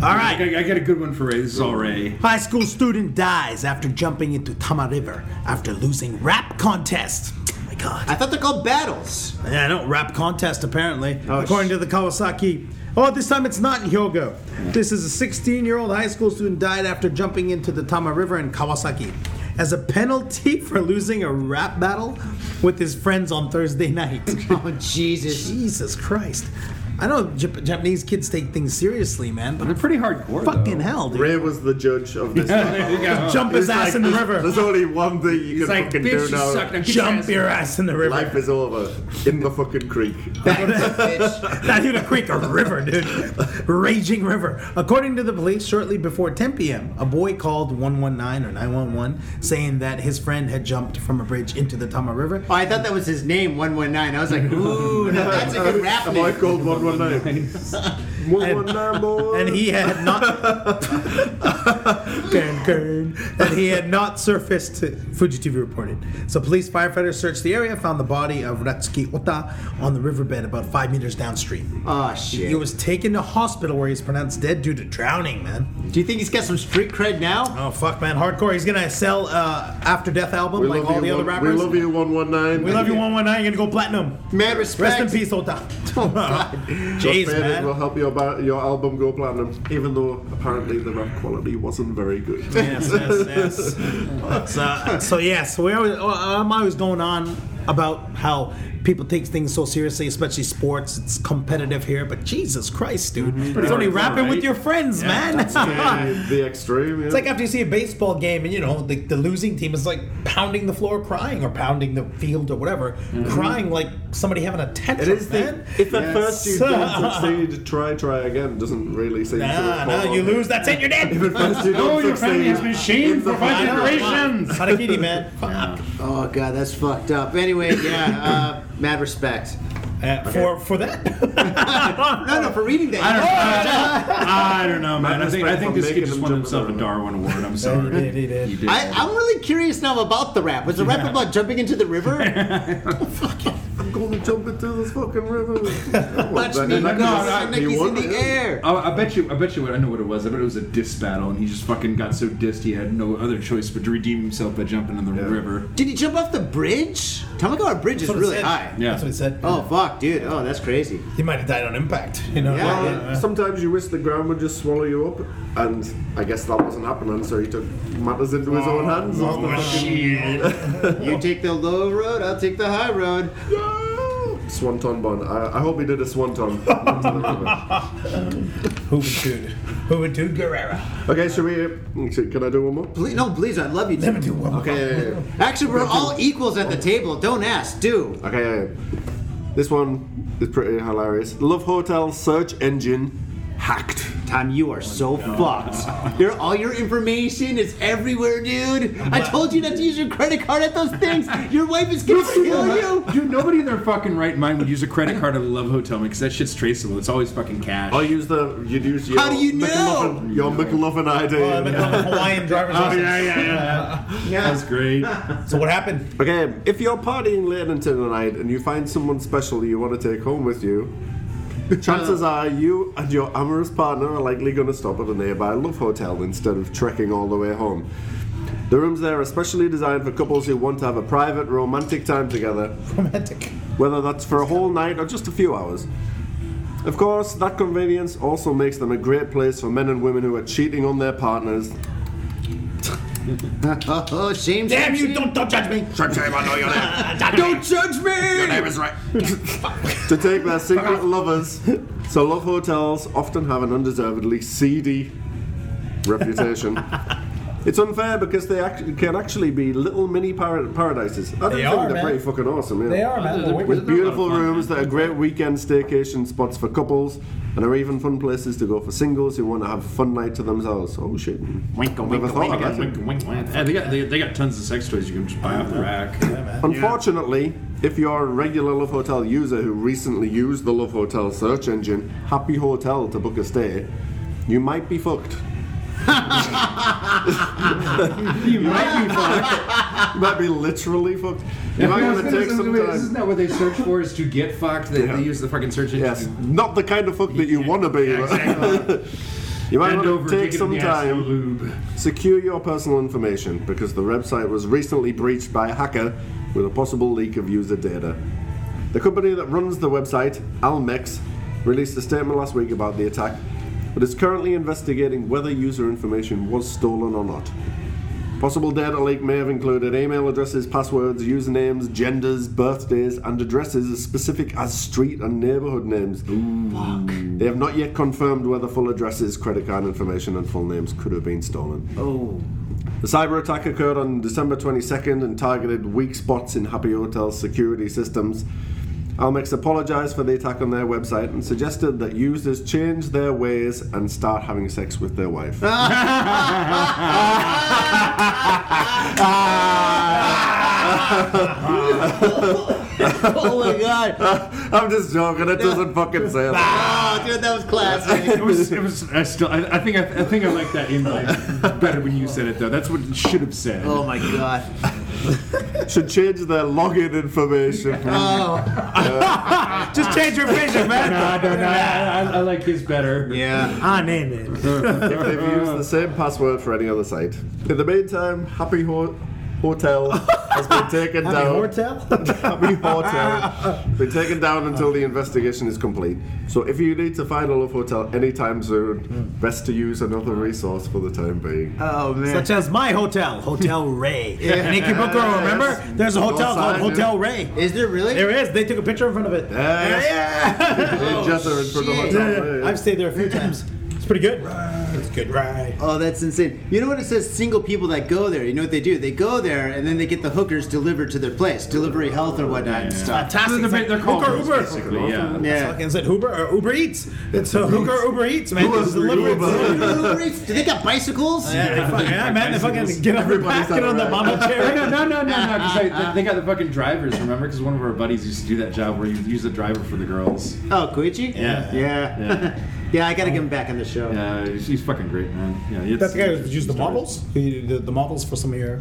[SPEAKER 6] All right.
[SPEAKER 4] I, I got a good one for Ray. This is all Ray.
[SPEAKER 6] High school student dies after jumping into Tama River after losing rap contest. Oh my God.
[SPEAKER 7] I thought they're called battles.
[SPEAKER 6] Yeah, I don't rap contest apparently,
[SPEAKER 7] Oh,
[SPEAKER 6] according to the Kawasaki. Oh, this time it's not in Hyogo. This is a 16-year-old high school student died after jumping into the Tama River in Kawasaki as a penalty for losing a rap battle with his friends on Thursday night.
[SPEAKER 7] Oh Jesus!
[SPEAKER 6] Jesus Christ. I know Jap- Japanese kids take things seriously, man, but
[SPEAKER 4] They're pretty hardcore.
[SPEAKER 6] fucking
[SPEAKER 4] though.
[SPEAKER 6] hell, dude.
[SPEAKER 5] Ray was the judge of this.
[SPEAKER 4] There you go.
[SPEAKER 6] Jump his
[SPEAKER 5] He's
[SPEAKER 6] ass
[SPEAKER 5] like,
[SPEAKER 6] in the
[SPEAKER 5] "There's-
[SPEAKER 6] river.
[SPEAKER 5] There's only one thing you
[SPEAKER 4] He's
[SPEAKER 5] can
[SPEAKER 4] like,
[SPEAKER 5] fucking
[SPEAKER 4] bitch, you
[SPEAKER 5] do now.
[SPEAKER 4] suck. Now get your
[SPEAKER 6] Jump
[SPEAKER 4] ass
[SPEAKER 6] your ass in the river.
[SPEAKER 5] Life is over. In the fucking creek.
[SPEAKER 6] Not even a creek, a river, dude. Raging river. According to the police, shortly before 10 p.m., a boy called 119 or 911 saying that his friend had jumped from a bridge into the Tama River.
[SPEAKER 7] Oh, I thought that was his name, 119. I was like, ooh, now that's a good rap
[SPEAKER 5] Am I
[SPEAKER 7] name.
[SPEAKER 5] called 119? 119 boy.
[SPEAKER 6] And he had not. Kern, Kern. and he had not surfaced, Fuji TV reported. So, police firefighters searched the area, found the body of Ratsuki Ota on the riverbed about five meters downstream.
[SPEAKER 7] Oh, shit.
[SPEAKER 6] He was taken to hospital where he's pronounced dead due to drowning, man.
[SPEAKER 7] Do you think he's got some street cred now?
[SPEAKER 6] Oh fuck, man, hardcore. He's gonna sell uh, after death album
[SPEAKER 5] We
[SPEAKER 6] like
[SPEAKER 5] love
[SPEAKER 6] all
[SPEAKER 5] you,
[SPEAKER 6] the other
[SPEAKER 5] one-
[SPEAKER 6] rappers.
[SPEAKER 5] We love you, 119.
[SPEAKER 6] We love you, one one nine. You're gonna go platinum.
[SPEAKER 7] Mad
[SPEAKER 6] Rest
[SPEAKER 7] respect.
[SPEAKER 6] in peace, Ota.
[SPEAKER 7] Oh, God.
[SPEAKER 5] It
[SPEAKER 6] Jeez,
[SPEAKER 5] will
[SPEAKER 6] man.
[SPEAKER 5] help your, ba- your album go platinum, even though apparently the rap quality wasn't very good.
[SPEAKER 6] Yes, yes, yes. so, so yes, we always, uh, I'm always going on about how people take things so seriously, especially sports. It's competitive here, but Jesus Christ, dude,
[SPEAKER 5] Mhm.
[SPEAKER 6] it's only
[SPEAKER 4] hardcore,
[SPEAKER 6] rapping with
[SPEAKER 4] right?
[SPEAKER 6] your friends, man.
[SPEAKER 5] the extreme. Yeah.
[SPEAKER 6] It's like after you see a baseball game and you know the, the losing team is like pounding the floor crying or pounding the field or whatever, crying like somebody having a
[SPEAKER 5] Mm-hmm. It
[SPEAKER 6] tantrum.
[SPEAKER 5] is the
[SPEAKER 6] man.
[SPEAKER 5] if at first you don't
[SPEAKER 6] Yes.
[SPEAKER 5] succeed, try try again. Doesn't really seem
[SPEAKER 6] Nah,
[SPEAKER 5] to.
[SPEAKER 6] nah,
[SPEAKER 5] follow.
[SPEAKER 6] you lose. That's it. You're dead.
[SPEAKER 5] If at first you don't
[SPEAKER 4] Oh, your
[SPEAKER 5] succeed,
[SPEAKER 4] family has been shamed
[SPEAKER 5] it's
[SPEAKER 4] for
[SPEAKER 5] a
[SPEAKER 4] five
[SPEAKER 5] failure.
[SPEAKER 4] generations.
[SPEAKER 6] Harakiri, man. Uh, Fuck.
[SPEAKER 7] Oh, God, that's fucked up. Anyway, yeah, uh, mad respect.
[SPEAKER 6] Uh, for for that.
[SPEAKER 7] No, no, for reading that.
[SPEAKER 4] I don't, I, I don't know, man.
[SPEAKER 5] Man,
[SPEAKER 4] I think, I think
[SPEAKER 5] for
[SPEAKER 4] this kid
[SPEAKER 5] making
[SPEAKER 4] just
[SPEAKER 5] him
[SPEAKER 4] won
[SPEAKER 5] jump
[SPEAKER 4] himself a
[SPEAKER 5] in the
[SPEAKER 4] Darwin Award. I'm sorry.
[SPEAKER 6] He did, he did.
[SPEAKER 7] I, I'm really curious now about the rap. Was the rap about jumping into the river?
[SPEAKER 5] I'm going to jump into this fucking river.
[SPEAKER 7] Watch
[SPEAKER 5] Watch
[SPEAKER 7] me go,
[SPEAKER 4] no,
[SPEAKER 7] Nick, he's in the air.
[SPEAKER 4] Oh, I bet you. I bet you. what I know what it was. I bet it was a diss battle, and he just fucking got so dissed he had no other choice but to redeem himself by jumping in the river.
[SPEAKER 7] Did he jump off the bridge? Tamagawa Bridge is
[SPEAKER 6] That's what it
[SPEAKER 7] really
[SPEAKER 6] said.
[SPEAKER 7] high.
[SPEAKER 4] Yeah.
[SPEAKER 6] That's what it said.
[SPEAKER 7] Oh, fuck, dude. Oh, that's crazy.
[SPEAKER 6] He might have died on impact. You know.
[SPEAKER 7] Yeah.
[SPEAKER 5] Sometimes you wish the ground would just swallow you up, and I guess that wasn't happening. So he took matters into his own hands.
[SPEAKER 4] Oh,
[SPEAKER 7] You take the low road, I'll take the high road.
[SPEAKER 5] Swanton bun. I, I hope he did a swanton.
[SPEAKER 6] Juventud. Juventud Guerrera.
[SPEAKER 5] okay, should we? should- Can I do one more?
[SPEAKER 7] Please, no, please, I love you.
[SPEAKER 6] Let me
[SPEAKER 7] dude.
[SPEAKER 6] do one more.
[SPEAKER 5] Okay.
[SPEAKER 7] Actually, we're all equals at the table. Don't ask, do.
[SPEAKER 5] Okay, this one is pretty hilarious. Love Hotel search engine hacked.
[SPEAKER 7] Tom, you are so fucked. Your all your information is everywhere, dude. I told you not to use your credit card at those things. Your wife is gonna kill you.
[SPEAKER 4] Dude, nobody in their fucking right mind would use a credit card at a Love Hotel because that shit's traceable. It's always fucking cash.
[SPEAKER 5] I use the. You'd use your.
[SPEAKER 7] How do you
[SPEAKER 5] McLovin, Your McLovin ID.
[SPEAKER 6] Uh, but the Hawaiian driver's
[SPEAKER 4] Oh
[SPEAKER 6] license.
[SPEAKER 4] yeah, yeah, yeah. That's great.
[SPEAKER 6] So what happened?
[SPEAKER 5] Okay, if you're partying late into the night and you find someone special you want to take home with you, chances are you and your amorous partner are likely going to stop at a nearby love hotel instead of trekking all the way home. The rooms there are specially designed for couples who want to have a private, romantic time together,
[SPEAKER 6] Romantic.
[SPEAKER 5] whether that's for a whole night or just a few hours. Of course, that convenience also makes them a great place for men and women who are cheating on their partners.
[SPEAKER 7] Oh, oh, shame.
[SPEAKER 6] Damn
[SPEAKER 7] shame,
[SPEAKER 6] you!
[SPEAKER 7] shame.
[SPEAKER 6] Don't don't judge me.
[SPEAKER 7] Don't judge me.
[SPEAKER 5] was right. to take their secret lovers. So love hotels often have an undeservedly seedy reputation. It's unfair because they act- can actually be little mini para- paradises. I don't
[SPEAKER 6] They
[SPEAKER 5] think
[SPEAKER 6] are,
[SPEAKER 5] they're
[SPEAKER 6] man.
[SPEAKER 5] pretty fucking awesome. Yeah.
[SPEAKER 6] They are, man. They're wicked.
[SPEAKER 5] With beautiful rooms that are great weekend staycation spots for couples and are even fun places to go for singles who want to have a fun night to themselves. Oh shit.
[SPEAKER 4] Winkle, winkle,
[SPEAKER 5] Never thought of
[SPEAKER 4] winkle,
[SPEAKER 5] that.
[SPEAKER 4] winkle, winkle. Yeah, they got they, they got tons of sex toys you can just buy off the rack.
[SPEAKER 5] Unfortunately, if you're a regular Love Hotel user who recently used the Love Hotel search engine Happy Hotel to book a stay, you might be fucked. you might be fucked. You might be literally fucked. You might want to take some
[SPEAKER 4] Isn't
[SPEAKER 5] time.
[SPEAKER 4] that what they search for? Is to get fucked? They,
[SPEAKER 5] Yeah.
[SPEAKER 4] they use the fucking search engine.
[SPEAKER 5] Yes,
[SPEAKER 4] to
[SPEAKER 5] not the kind of fuck that you want to be.
[SPEAKER 4] Yeah,
[SPEAKER 5] but-
[SPEAKER 4] exactly.
[SPEAKER 5] you might
[SPEAKER 4] Bend
[SPEAKER 5] want
[SPEAKER 4] over,
[SPEAKER 5] to take
[SPEAKER 4] kick it
[SPEAKER 5] some
[SPEAKER 4] in the ass,
[SPEAKER 5] time.
[SPEAKER 4] lube.
[SPEAKER 5] Secure your personal information because the website was recently breached by a hacker with a possible leak of user data. The company that runs the website, Almex, released a statement last week about the attack, but is currently investigating whether user information was stolen or not. Possible data leak may have included email addresses, passwords, usernames, genders, birthdays, and addresses as specific as street and neighborhood names. They have not yet confirmed whether full addresses, credit card information, and full names could have been stolen.
[SPEAKER 7] Oh.
[SPEAKER 5] The cyber attack occurred on December 22nd and targeted weak spots in Happy Hotel's security systems. Almex apologized for the attack on their website and suggested that users change their ways and start having sex with their wife.
[SPEAKER 7] Oh my god.
[SPEAKER 5] I'm just joking, it doesn't fucking say that.
[SPEAKER 7] Oh, dude, that was classic.
[SPEAKER 4] It was. It was. I still. I, I think. I, I think I like that invite better when you said it though. That's what it should have said.
[SPEAKER 7] Oh my god.
[SPEAKER 5] Should change their login information.
[SPEAKER 6] Just change your vision, man.
[SPEAKER 4] Nah, nah, nah, I, I like his better.
[SPEAKER 7] Yeah.
[SPEAKER 6] I name it.
[SPEAKER 5] if they've used the same password for any other site. In the meantime, Happy Ho- Hotel has been taken down. Happy Hotel been taken down until the investigation is complete. So if you need to find a love hotel anytime soon,
[SPEAKER 7] Hmm.
[SPEAKER 5] best to use another resource for the time being.
[SPEAKER 7] Oh man.
[SPEAKER 6] Such as my hotel, Hotel Ray. yeah. Nikki Booker, remember? There's a hotel called
[SPEAKER 5] Outside, dude.
[SPEAKER 6] Hotel Ray.
[SPEAKER 7] Is there really?
[SPEAKER 6] There is. They took a picture in front of it.
[SPEAKER 5] Yeah. Hey, Jethro in front of
[SPEAKER 7] shit.
[SPEAKER 5] hotel.
[SPEAKER 6] I've stayed there a few times. It's pretty good. It's good, right?
[SPEAKER 7] Oh, that's insane. You know what it says? Single people that go there. You know what they do? They go there and then they get the hookers delivered to their place, delivery health or whatnot and stuff.
[SPEAKER 6] Fantastic.
[SPEAKER 4] They're, they're called
[SPEAKER 6] Hooker,
[SPEAKER 4] those,
[SPEAKER 6] Uber.
[SPEAKER 4] basically. Yeah.
[SPEAKER 7] Yeah.
[SPEAKER 6] Fucking is it Uber or Uber Eats? It's a Hooker Uber Eats, man. Just
[SPEAKER 5] Uber,
[SPEAKER 6] deliver it.
[SPEAKER 5] Uber.
[SPEAKER 7] Do they got bicycles?
[SPEAKER 6] Yeah, they fucking- yeah, man, they fucking get on the
[SPEAKER 5] Everybody's
[SPEAKER 6] basket
[SPEAKER 5] on
[SPEAKER 6] on
[SPEAKER 5] the
[SPEAKER 6] the
[SPEAKER 5] right.
[SPEAKER 6] mama chair.
[SPEAKER 4] No, no, no, no, no. Because they, they got the fucking drivers. Remember? Because one of our buddies used to do that job where you use the driver for the girls.
[SPEAKER 7] Oh, Koichi?
[SPEAKER 4] Yeah.
[SPEAKER 7] Yeah. Yeah,
[SPEAKER 4] Yeah.
[SPEAKER 7] I gotta get him back on the show.
[SPEAKER 4] Yeah, she's Uh, fucking great, man. Yeah, it's,
[SPEAKER 6] That's the guy who used the marbles. He did the marbles for some of your.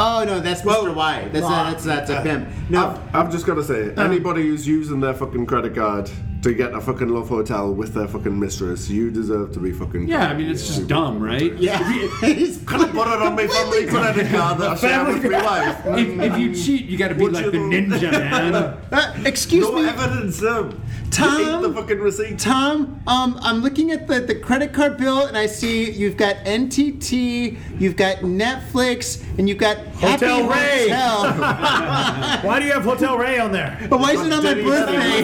[SPEAKER 7] Oh no, that's Mr. Y. That's not, that's uh, that's
[SPEAKER 6] Uh,
[SPEAKER 7] a pimp. No.
[SPEAKER 5] I've, I've just got to say, anybody who's using their fucking credit card to get a fucking love hotel with their fucking mistress, you deserve to be fucking.
[SPEAKER 4] Yeah, I mean it's just dumb, right?
[SPEAKER 7] Yeah. He's
[SPEAKER 5] Can I put it on my family credit card that I share with my wife?
[SPEAKER 4] If, if you cheat, you got to be
[SPEAKER 5] Would
[SPEAKER 4] like
[SPEAKER 5] you
[SPEAKER 4] the
[SPEAKER 5] though?
[SPEAKER 4] ninja man.
[SPEAKER 7] Uh, excuse
[SPEAKER 5] No
[SPEAKER 7] me,
[SPEAKER 5] evidence, um,
[SPEAKER 7] Tom?
[SPEAKER 5] You ate the fucking receipt.
[SPEAKER 7] Tom. Um, I'm looking at the, the credit card bill, and I see you've got NTT, you've got Netflix, and you've got
[SPEAKER 6] Hotel
[SPEAKER 7] Happy
[SPEAKER 6] Ray.
[SPEAKER 7] Hotel.
[SPEAKER 6] Why do you have Hotel Ray on there?
[SPEAKER 7] but why is it on my birthday?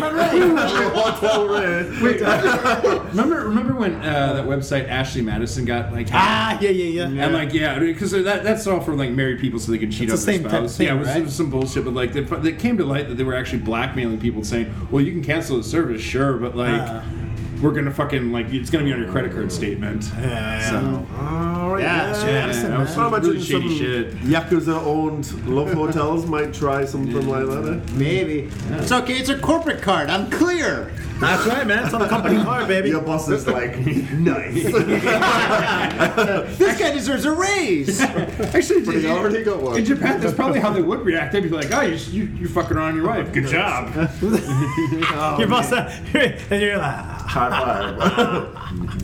[SPEAKER 5] Hotel room. Wait,
[SPEAKER 4] uh, Remember, remember when uh, that website Ashley Madison got like
[SPEAKER 6] Ah, yeah, yeah, yeah.
[SPEAKER 4] And like, yeah, because that, that's all for like married people so they can cheat
[SPEAKER 6] It's
[SPEAKER 4] on
[SPEAKER 6] the
[SPEAKER 4] their
[SPEAKER 6] same type
[SPEAKER 4] spouse.
[SPEAKER 6] thing,
[SPEAKER 4] yeah, it was,
[SPEAKER 6] right?
[SPEAKER 4] it was some bullshit, but like, they, fu- it came to light that they were actually blackmailing people, saying, "Well, you can cancel the service, sure, but like,
[SPEAKER 6] Ah.
[SPEAKER 4] we're gonna fucking like, it's gonna be on your credit card statement."
[SPEAKER 6] yeah.
[SPEAKER 4] So,
[SPEAKER 5] All right,
[SPEAKER 4] yeah, that was
[SPEAKER 5] I
[SPEAKER 4] some
[SPEAKER 5] imagine
[SPEAKER 4] really shady
[SPEAKER 5] some
[SPEAKER 4] shit.
[SPEAKER 5] Yakuza-owned love hotels might try something like that. eh?
[SPEAKER 7] Maybe. It's okay. It's a corporate card. I'm clear.
[SPEAKER 6] That's right, man. It's on the company card, baby.
[SPEAKER 5] Your boss is like, nice.
[SPEAKER 7] This guy deserves a raise.
[SPEAKER 4] Actually,
[SPEAKER 5] But he already got one.
[SPEAKER 4] in Japan, that's probably how they would react. They'd be like, "Oh, you you, you fucking on your wife. Good job."
[SPEAKER 6] Your boss, and you're like, ah.
[SPEAKER 5] High five.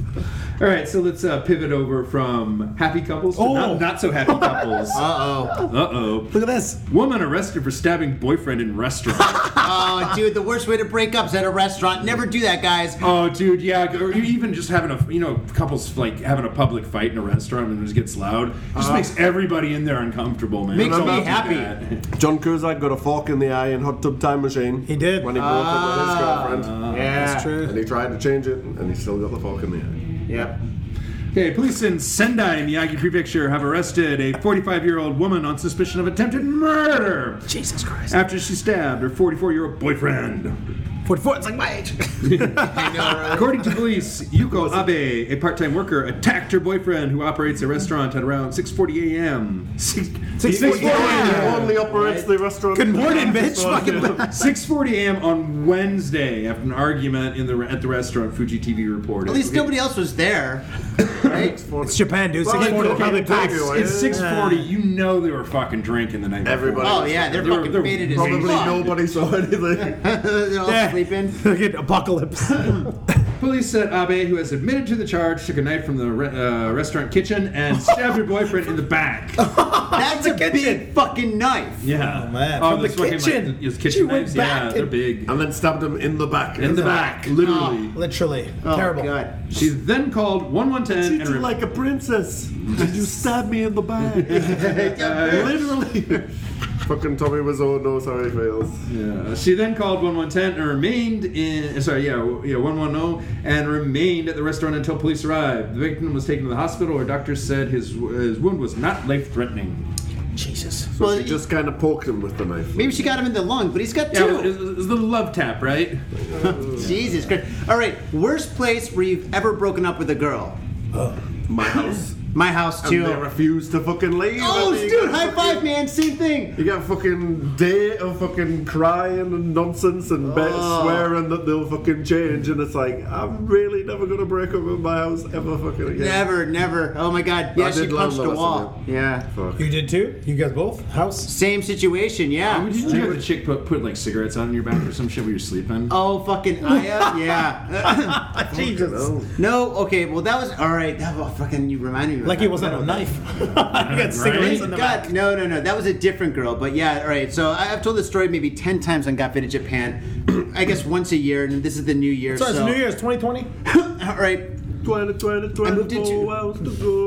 [SPEAKER 4] All right, so let's uh, pivot over from happy couples to
[SPEAKER 6] Oh.
[SPEAKER 4] not, not so happy couples. uh
[SPEAKER 7] Uh oh.
[SPEAKER 4] oh.
[SPEAKER 6] look at this.
[SPEAKER 4] Woman arrested for stabbing boyfriend in restaurant.
[SPEAKER 7] Oh, dude, the worst way to break up is at a restaurant. Never do that, guys.
[SPEAKER 4] oh, dude, yeah. Or even just having a, you know, couples like having a public fight in a restaurant and it just gets loud. Just
[SPEAKER 5] Uh-huh.
[SPEAKER 4] makes everybody in there uncomfortable, man.
[SPEAKER 7] Makes
[SPEAKER 4] Don't
[SPEAKER 7] me
[SPEAKER 4] do
[SPEAKER 7] happy.
[SPEAKER 4] that.
[SPEAKER 5] John Cusack got a fork in the eye in Hot Tub Time Machine.
[SPEAKER 6] He did.
[SPEAKER 5] When he broke
[SPEAKER 7] Ah.
[SPEAKER 5] up with his girlfriend.
[SPEAKER 7] yeah.
[SPEAKER 6] True.
[SPEAKER 5] And he tried to change it, and he still got the fork in the eye.
[SPEAKER 7] Yep.
[SPEAKER 4] Okay, police in Sendai, Miyagi Prefecture, have arrested a 45 year old woman on suspicion of attempted murder
[SPEAKER 6] Jesus Christ.
[SPEAKER 4] after she stabbed her 44 year old boyfriend.
[SPEAKER 6] 44, it's like my age.
[SPEAKER 4] According to police, Yuko Abe, a part time worker, attacked her boyfriend who operates a restaurant at around 6.40 a.m. Six- 6:40
[SPEAKER 5] He only operates the restaurant.
[SPEAKER 6] Good morning, bitch. Fucking
[SPEAKER 4] 6:40 a.m. on Wednesday after an argument in the re- at the restaurant. Fuji TV reported.
[SPEAKER 7] At least
[SPEAKER 4] Okay.
[SPEAKER 7] nobody else was there. Right?
[SPEAKER 6] It's Japan, dude.
[SPEAKER 5] Well,
[SPEAKER 6] 640
[SPEAKER 5] it's-
[SPEAKER 6] probably
[SPEAKER 5] it's-
[SPEAKER 6] packs.
[SPEAKER 5] it's-
[SPEAKER 4] It's 6:40. You know they were fucking drinking the night. before.
[SPEAKER 5] Everybody.
[SPEAKER 7] Oh yeah, they're,
[SPEAKER 4] They're-
[SPEAKER 7] fucking
[SPEAKER 4] they're
[SPEAKER 7] faded as
[SPEAKER 5] Probably
[SPEAKER 7] fuck.
[SPEAKER 5] nobody saw anything.
[SPEAKER 7] they're all
[SPEAKER 6] Yeah.
[SPEAKER 7] sleeping.
[SPEAKER 6] Look at apocalypse.
[SPEAKER 4] Police said Abe, who has admitted to the charge, took a knife from the re- uh, restaurant kitchen and stabbed her boyfriend in the back.
[SPEAKER 7] That's a big fucking knife.
[SPEAKER 4] Yeah, Oh,
[SPEAKER 6] man, from
[SPEAKER 4] those
[SPEAKER 6] the
[SPEAKER 4] fucking,
[SPEAKER 6] kitchen.
[SPEAKER 4] like, those
[SPEAKER 6] She
[SPEAKER 4] kitchen
[SPEAKER 6] went
[SPEAKER 4] knives.
[SPEAKER 6] back
[SPEAKER 4] Yeah,
[SPEAKER 6] and-
[SPEAKER 4] they're big.
[SPEAKER 5] and then stabbed him in the back.
[SPEAKER 4] In the back, literally.
[SPEAKER 6] Literally.
[SPEAKER 7] Oh,
[SPEAKER 6] Terrible.
[SPEAKER 7] God.
[SPEAKER 4] She then called 111 and
[SPEAKER 5] Treated
[SPEAKER 4] re-
[SPEAKER 5] like a princess. Did you stab me in the back? Literally. Fucking Tommy Wiseau knows how he feels.
[SPEAKER 4] Yeah. She then called 110 and remained in. Sorry, yeah, yeah, 110 and remained at the restaurant until police arrived. The victim was taken to the hospital, where doctors said his his wound was not life threatening.
[SPEAKER 6] Jesus.
[SPEAKER 5] So
[SPEAKER 7] Well,
[SPEAKER 5] she just kind of poked him with the knife.
[SPEAKER 7] Maybe she got him in the lung, but he's got
[SPEAKER 4] Yeah,
[SPEAKER 7] two.
[SPEAKER 4] it was, it was the love tap, right?
[SPEAKER 7] Jesus Christ. All right, worst place where you've ever broken up with a girl.
[SPEAKER 5] My house.
[SPEAKER 7] My house
[SPEAKER 5] And
[SPEAKER 7] too.
[SPEAKER 5] they refused to fucking leave.
[SPEAKER 7] Oh,
[SPEAKER 5] and then you
[SPEAKER 7] dude,
[SPEAKER 5] got
[SPEAKER 7] high
[SPEAKER 5] fucking-
[SPEAKER 7] five, man. Same thing.
[SPEAKER 5] You got fucking day of fucking crying and nonsense and bet
[SPEAKER 7] Oh.
[SPEAKER 5] swearing that they'll fucking change, and it's like I'm really never gonna break up with my house ever fucking again.
[SPEAKER 7] Never, never. Oh my God. Yeah,
[SPEAKER 5] I
[SPEAKER 7] she
[SPEAKER 5] did learn
[SPEAKER 7] punched
[SPEAKER 5] my
[SPEAKER 7] a
[SPEAKER 5] lesson,
[SPEAKER 7] wall. Yeah.
[SPEAKER 5] Fuck.
[SPEAKER 6] You did too? You guys both? House?
[SPEAKER 7] Same situation. Yeah.
[SPEAKER 4] Would you did you have the chick put, put like cigarettes on your back or some shit when you're sleeping?
[SPEAKER 7] Oh fucking Aya. yeah.
[SPEAKER 6] Jesus.
[SPEAKER 5] No.
[SPEAKER 7] no. Okay. Well, that was all right. That was fucking. You reminded me. of
[SPEAKER 6] Like
[SPEAKER 7] that.
[SPEAKER 6] it wasn't a knife. you got cigarettes in the back.
[SPEAKER 7] God, no, no, no. That was a different girl. But yeah, all right. So I, I've told this story maybe ten times on Got Fit in Japan. I guess once a year, and this is the new year.
[SPEAKER 6] So it's
[SPEAKER 7] so
[SPEAKER 6] New Year's 2020?
[SPEAKER 7] All right.
[SPEAKER 5] 20, 20,
[SPEAKER 7] moved into-
[SPEAKER 5] 24 hours to go.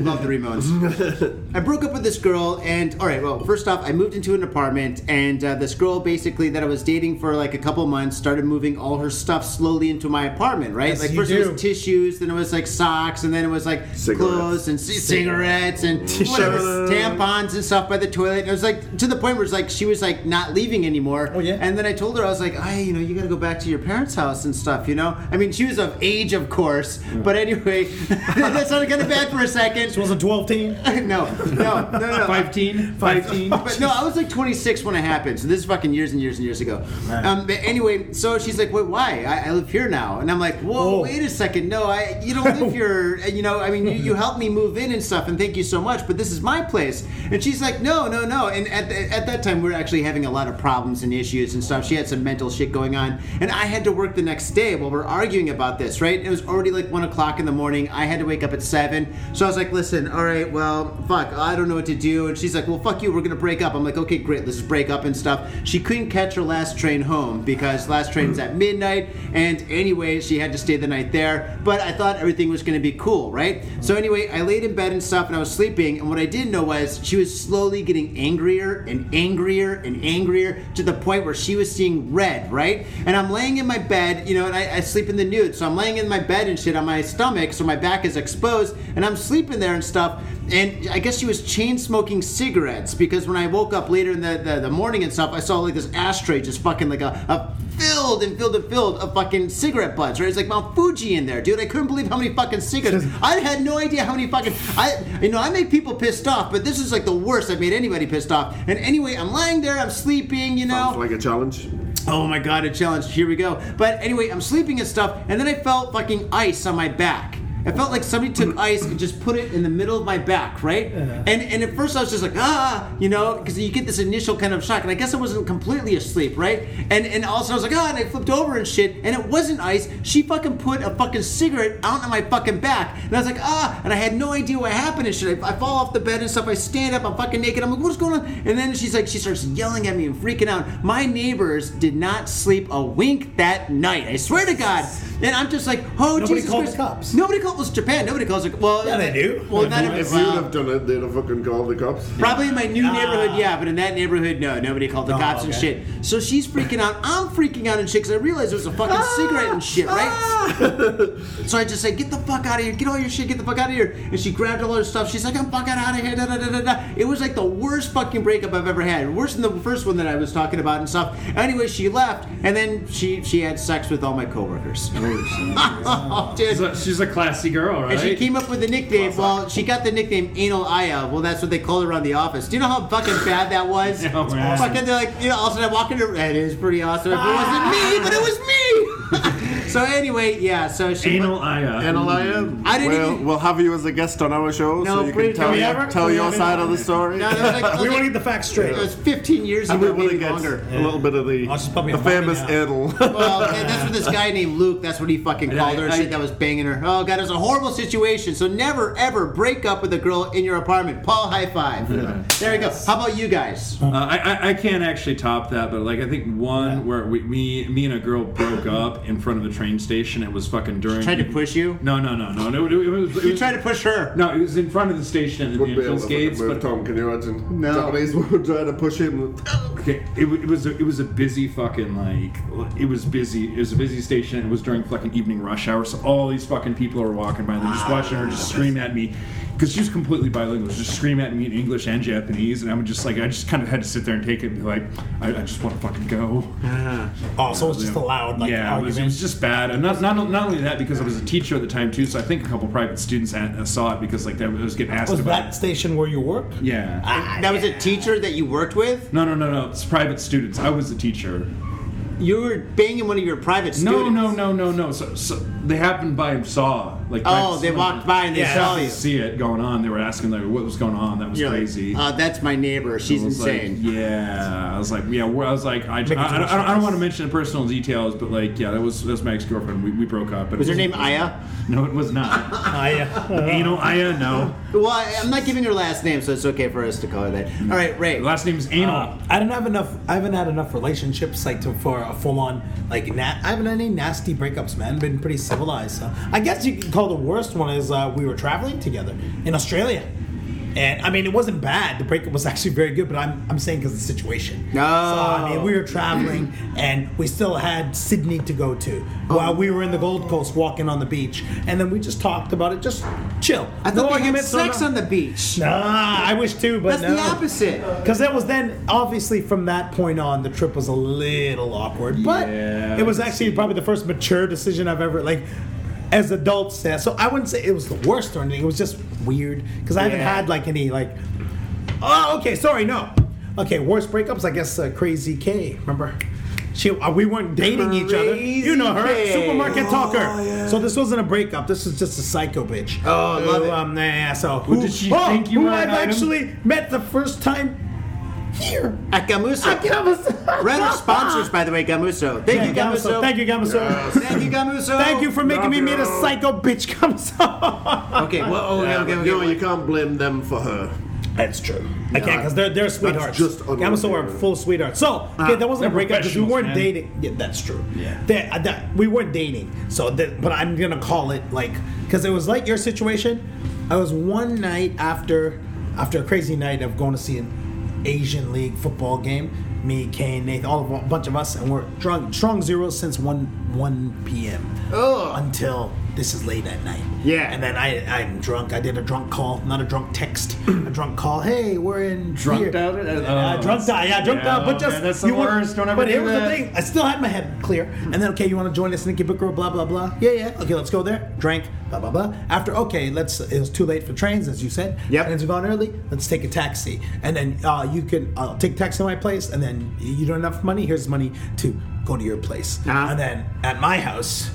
[SPEAKER 7] Love the remotes. I broke up with this girl, and all right, well, first off, I moved into an apartment, and uh, this girl basically that I was dating for like a couple months started moving all her stuff slowly into my apartment, right?
[SPEAKER 6] Yes,
[SPEAKER 7] like,
[SPEAKER 6] you
[SPEAKER 7] first it
[SPEAKER 6] do.
[SPEAKER 7] was tissues, then it was like socks, and then it was like
[SPEAKER 5] Cigarettes.
[SPEAKER 7] clothes and c- cigarettes and whatever, tampons and stuff by the toilet. And it was like to the point where it's like she was like not leaving anymore.
[SPEAKER 6] Oh, yeah.
[SPEAKER 7] And then I told her, I was like, I, you know, you gotta go back to your parents' house and stuff, you know? I mean, she was of age, of course, but anyway, that sounded kind of bad for a second
[SPEAKER 6] It was a 12 team.
[SPEAKER 7] no, no, no, no.
[SPEAKER 4] 15? 15?
[SPEAKER 7] But no, I was like 26 when it happened. So this is fucking years and years and years ago. Um, but anyway, so she's like, "Wait, why? I, I live here now." And I'm like, "Whoa,
[SPEAKER 6] Whoa.
[SPEAKER 7] wait a second. No, I you don't live here. And, You know, I mean, you, you helped me move in and stuff, and thank you so much. But this is my place." And she's like, "No, no, no." And at, the, at that time, we were actually having a lot of problems and issues and stuff. She had some mental shit going on, and I had to work the next day while we're arguing about this. Right? It was already like one o'clock in the morning. I had to wake up at seven. So I was like, "Listen, all right, well, fuck, I don't know what to do." And she's like, "Well, fuck you. We're gonna break up." I'm like, "Okay, great. Let's just break up and stuff." She couldn't catch her last train home because last train's at midnight, and anyway, she had to stay the night there. But I thought everything was gonna be cool, right? So anyway, I laid in bed and stuff, and I was sleeping. And what I didn't know was she was slowly getting angrier and angrier and angrier to the point where she was seeing red, right? And I'm laying in my bed, you know, and I, I sleep in the nude, so I'm laying in my bed and shit on my stomach, so my back is exposed, and I'm sleeping there and stuff and I guess she was chain smoking cigarettes because when I woke up later in the, the, the morning and stuff, I saw like this ashtray just fucking like a, a filled and filled and filled of fucking cigarette butts, right? It's like Mount Fuji in there, dude. I couldn't believe how many fucking cigarettes. I had no idea how many fucking. I you know I make people pissed off, but this is like the worst I've made anybody pissed off. And anyway, I'm lying there, I'm sleeping, you know.
[SPEAKER 5] Sounds like a challenge.
[SPEAKER 7] Oh my god, a challenge. Here we go. But anyway, I'm sleeping and stuff, and then I felt fucking ice on my back. I felt like somebody took ice and just put it in the middle of my back, right? And and at first I was just like, ah, you know, because you get this initial kind of shock. And I guess I wasn't completely asleep, right? And and also I was like, ah, and I flipped over and shit, and it wasn't ice. She fucking put a fucking cigarette out on my fucking back. And I was like, ah, and I had no idea what happened and shit. I, I fall off the bed and stuff. I stand up, I'm fucking naked. I'm like, what's going on? And then she's like, she starts yelling at me and freaking out. My neighbors did not sleep a wink that night. I swear to God. And I'm just like, oh,
[SPEAKER 6] Nobody
[SPEAKER 7] Jesus
[SPEAKER 6] called
[SPEAKER 7] Christ.
[SPEAKER 6] the cops.
[SPEAKER 7] Nobody calls Japan. Nobody calls it. Well,
[SPEAKER 6] Yeah, they do.
[SPEAKER 7] Well, not
[SPEAKER 6] If
[SPEAKER 7] every,
[SPEAKER 5] If
[SPEAKER 7] well,
[SPEAKER 5] you'd have done it, they'd have fucking called the cops.
[SPEAKER 7] Probably in my new neighborhood, yeah, but in that neighborhood, no, nobody called the
[SPEAKER 6] Ah. Oh,
[SPEAKER 7] cops and
[SPEAKER 6] okay. Ah.
[SPEAKER 7] shit. So she's freaking out. I'm freaking out and shit because I realized it was a fucking cigarette and shit, right? So I just said, get the fuck out of here, get all your shit, get the fuck out of here. And she grabbed all her stuff. She's like, I'm fucking out of here. Da, da, da, da, da. It was like the worst fucking breakup I've ever had. Worse than the first one that I was talking about and stuff. Anyway, she left, and then she she had sex with all my coworkers. Oh, Dude.
[SPEAKER 4] She's a, she's a classy girl, right?
[SPEAKER 7] And she came up with the nickname. Well, she got the nickname Anal Aya. Well, that's what they called her around the office. Do you know how fucking bad that was?
[SPEAKER 4] No, man.
[SPEAKER 7] Fucking, they're like, you know, all of a sudden I walk into. That is pretty awesome. If it wasn't me, but it was me. so anyway, yeah. So she.
[SPEAKER 4] Anal Aya.
[SPEAKER 5] Analia,
[SPEAKER 7] I didn't
[SPEAKER 5] we'll,
[SPEAKER 7] even-
[SPEAKER 5] we'll have you as a guest on our show
[SPEAKER 7] No,
[SPEAKER 5] so you
[SPEAKER 7] please,
[SPEAKER 5] can tell,
[SPEAKER 7] can we
[SPEAKER 5] your-
[SPEAKER 7] ever-
[SPEAKER 5] tell
[SPEAKER 6] can we
[SPEAKER 5] your
[SPEAKER 6] have
[SPEAKER 5] side
[SPEAKER 6] it?
[SPEAKER 5] of the story.
[SPEAKER 7] No, that was like,
[SPEAKER 6] We want to get the facts straight.
[SPEAKER 7] It was 15 years
[SPEAKER 5] and we
[SPEAKER 7] ago,
[SPEAKER 5] will
[SPEAKER 7] maybe
[SPEAKER 5] get
[SPEAKER 7] longer.
[SPEAKER 5] a little bit of the,
[SPEAKER 6] I'll just pop me
[SPEAKER 5] the
[SPEAKER 6] a mommy
[SPEAKER 5] famous
[SPEAKER 6] now.
[SPEAKER 5] anal.
[SPEAKER 7] Well, and that's what this guy named Luke. That's what he fucking
[SPEAKER 4] And
[SPEAKER 7] called
[SPEAKER 4] I-
[SPEAKER 7] her and
[SPEAKER 4] I-
[SPEAKER 7] shit that was banging her. Oh god, it was a horrible situation. So never ever break up with a girl in your apartment. Paul, high five. There you go. How about you guys?
[SPEAKER 4] Uh, I, I I can't actually top that, but like I think one where we, me me and a girl broke up in front of a train station. It was fucking during.
[SPEAKER 7] Tried to push you.
[SPEAKER 4] No, no, no, no, no. It, was, it
[SPEAKER 7] You
[SPEAKER 4] was-
[SPEAKER 7] tried to push her.
[SPEAKER 4] No, it was in front of the station at the
[SPEAKER 5] Would be a
[SPEAKER 4] entrance
[SPEAKER 5] little bit
[SPEAKER 4] gates,
[SPEAKER 5] of a move,
[SPEAKER 4] but
[SPEAKER 5] Tom, can you imagine?
[SPEAKER 7] No.
[SPEAKER 5] Japanese woman trying to push him.
[SPEAKER 4] Okay, it, wa- it was a, it was a busy fucking like it was busy. It was a busy station. It was during fucking evening rush hour, so all these fucking people are walking by. They're
[SPEAKER 7] Ah.
[SPEAKER 4] just watching her just scream at me because she was completely bilingual. Just scream at me in English and Japanese, and I'm just like I just kind of had to sit there and take it and be like I, I just want to fucking go.
[SPEAKER 6] oh, so it's just a loud like
[SPEAKER 4] yeah, it was, it
[SPEAKER 6] argument.
[SPEAKER 4] was just bad, and not, not not only that because I was a teacher at the time too, so I think a couple private students at, uh, saw it because like that was getting asked
[SPEAKER 6] Was
[SPEAKER 4] about.
[SPEAKER 6] that
[SPEAKER 4] it.
[SPEAKER 6] station where you work?
[SPEAKER 4] Yeah.
[SPEAKER 7] That was a teacher that you worked with.
[SPEAKER 4] no, no, no, no. It's private students. I was a teacher.
[SPEAKER 7] You were banging one of your private students.
[SPEAKER 4] No, no, no, no, no. So, so they happened by and saw. Like,
[SPEAKER 7] Oh,
[SPEAKER 4] right-
[SPEAKER 7] they walked by and they
[SPEAKER 4] Yeah,
[SPEAKER 7] saw
[SPEAKER 4] they
[SPEAKER 7] you.
[SPEAKER 4] See it going on. They were asking like, what was going on? That was
[SPEAKER 7] You're like,
[SPEAKER 4] crazy.
[SPEAKER 7] Uh, that's my neighbor. She's
[SPEAKER 4] I was like,
[SPEAKER 7] insane.
[SPEAKER 4] yeah, I was like, yeah. well, I was like, I, I, I,
[SPEAKER 6] Making
[SPEAKER 4] I,
[SPEAKER 6] some
[SPEAKER 4] don't, I don't want to mention the personal details, but like, yeah, that was that was my ex girlfriend. We, we broke up. But
[SPEAKER 7] Was
[SPEAKER 4] it
[SPEAKER 7] her name
[SPEAKER 4] wasn't-
[SPEAKER 7] Aya?
[SPEAKER 4] No, it was not.
[SPEAKER 6] Ah, yeah.
[SPEAKER 4] Anal Aya, no.
[SPEAKER 7] Well, I, I'm not giving her last name, so it's okay for us to call her that. All right, Ray.
[SPEAKER 4] The last name is Anal.
[SPEAKER 6] Uh,
[SPEAKER 7] Ah.
[SPEAKER 6] I don't have enough. I haven't had enough relationships like to for a full on like. Na- I haven't had any nasty breakups, man. Been pretty civilized. So I guess you could call the worst one is uh, we were traveling together in Australia, and I mean it wasn't bad. The breakup was actually very good, but I'm I'm saying because of the situation.
[SPEAKER 7] No.
[SPEAKER 6] So I mean we were traveling and we still had Sydney to go to while we were in the Gold Coast walking on the beach, and then we just talked about it, just chill.
[SPEAKER 7] I thought we had
[SPEAKER 6] arguments, no-
[SPEAKER 7] sex on the beach.
[SPEAKER 6] Nah, I wish too, but
[SPEAKER 7] That's
[SPEAKER 6] no.
[SPEAKER 7] the opposite.
[SPEAKER 6] Because that was then, obviously, from that point on, the trip was a little awkward. But
[SPEAKER 4] Yeah,
[SPEAKER 6] it was
[SPEAKER 4] I
[SPEAKER 6] actually probably the first mature decision I've ever, like, as adults. Yeah, so I wouldn't say it was the worst or anything. It was just weird. Because I haven't
[SPEAKER 7] Yeah.
[SPEAKER 6] had, like, any, like, oh, okay, sorry, no. Okay, worst breakups, I guess, uh, Crazy K, remember? She, uh, we weren't dating each other. You know her,
[SPEAKER 7] Crazy K.
[SPEAKER 6] supermarket talker. So this wasn't a breakup. This was just a psycho bitch. Oh,
[SPEAKER 7] I love it.
[SPEAKER 6] Um, yeah, so Oh,
[SPEAKER 4] Who did she think you
[SPEAKER 6] who
[SPEAKER 4] were
[SPEAKER 6] I've
[SPEAKER 4] an item?
[SPEAKER 6] actually met the first time here.
[SPEAKER 7] Akamusa.
[SPEAKER 6] Gamuso.
[SPEAKER 7] Red are sponsors, by the way, Gamuso. Thank you, Gamuso.
[SPEAKER 6] Thank you, Gamuso.
[SPEAKER 7] Thank you, Gamuso.
[SPEAKER 6] Thank you for making me
[SPEAKER 5] Love
[SPEAKER 6] meet a
[SPEAKER 5] you.
[SPEAKER 6] psycho bitch, Gamuso.
[SPEAKER 7] Okay, well, oh, okay,
[SPEAKER 5] Yeah,
[SPEAKER 7] okay,
[SPEAKER 5] but
[SPEAKER 7] okay.
[SPEAKER 5] no, you can't blame them for her.
[SPEAKER 6] That's true. I can't because they're they're sweethearts.
[SPEAKER 5] just
[SPEAKER 6] Gamuso are
[SPEAKER 5] unbelievable.
[SPEAKER 6] full sweethearts. So okay, that wasn't a
[SPEAKER 4] they're
[SPEAKER 6] breakup because we
[SPEAKER 4] professionals,
[SPEAKER 6] weren't
[SPEAKER 4] man.
[SPEAKER 6] dating. Yeah, that's true. Yeah, that, uh, that- we weren't dating. So, that, but I'm gonna call it like because it was like your situation. I was one night after after a crazy night of going to see an Asian League football game. Me, Kane, Nathan, all of a bunch of us, and we're drunk, strong zero since one one p.m. until this is late at night.
[SPEAKER 7] Yeah.
[SPEAKER 6] and then I I'm drunk. I did a drunk call, not a drunk text, a drunk call. Hey, we're in
[SPEAKER 4] Drunked
[SPEAKER 6] here.
[SPEAKER 4] out it?
[SPEAKER 6] Uh,
[SPEAKER 4] Oh.
[SPEAKER 6] drunk out, yeah, drunk
[SPEAKER 4] Yeah,
[SPEAKER 6] out. But just
[SPEAKER 4] man, that's the
[SPEAKER 6] would-
[SPEAKER 4] worst. Don't ever
[SPEAKER 6] But
[SPEAKER 4] do
[SPEAKER 6] here was the
[SPEAKER 4] that.
[SPEAKER 6] thing. I still had my head clear. And then okay, you want to join us in the Book Girl? Blah blah blah. Yeah, yeah. Okay, let's go there. Drank. Blah blah blah. After okay, let's. It was too late for trains, as you said.
[SPEAKER 7] Yep.
[SPEAKER 6] Trains are gone early. Let's take a taxi. And then uh, you can I'll take a taxi to my place. And then you don't have enough money. Here's money to go to your place.
[SPEAKER 7] Uh-huh.
[SPEAKER 6] And then at my house.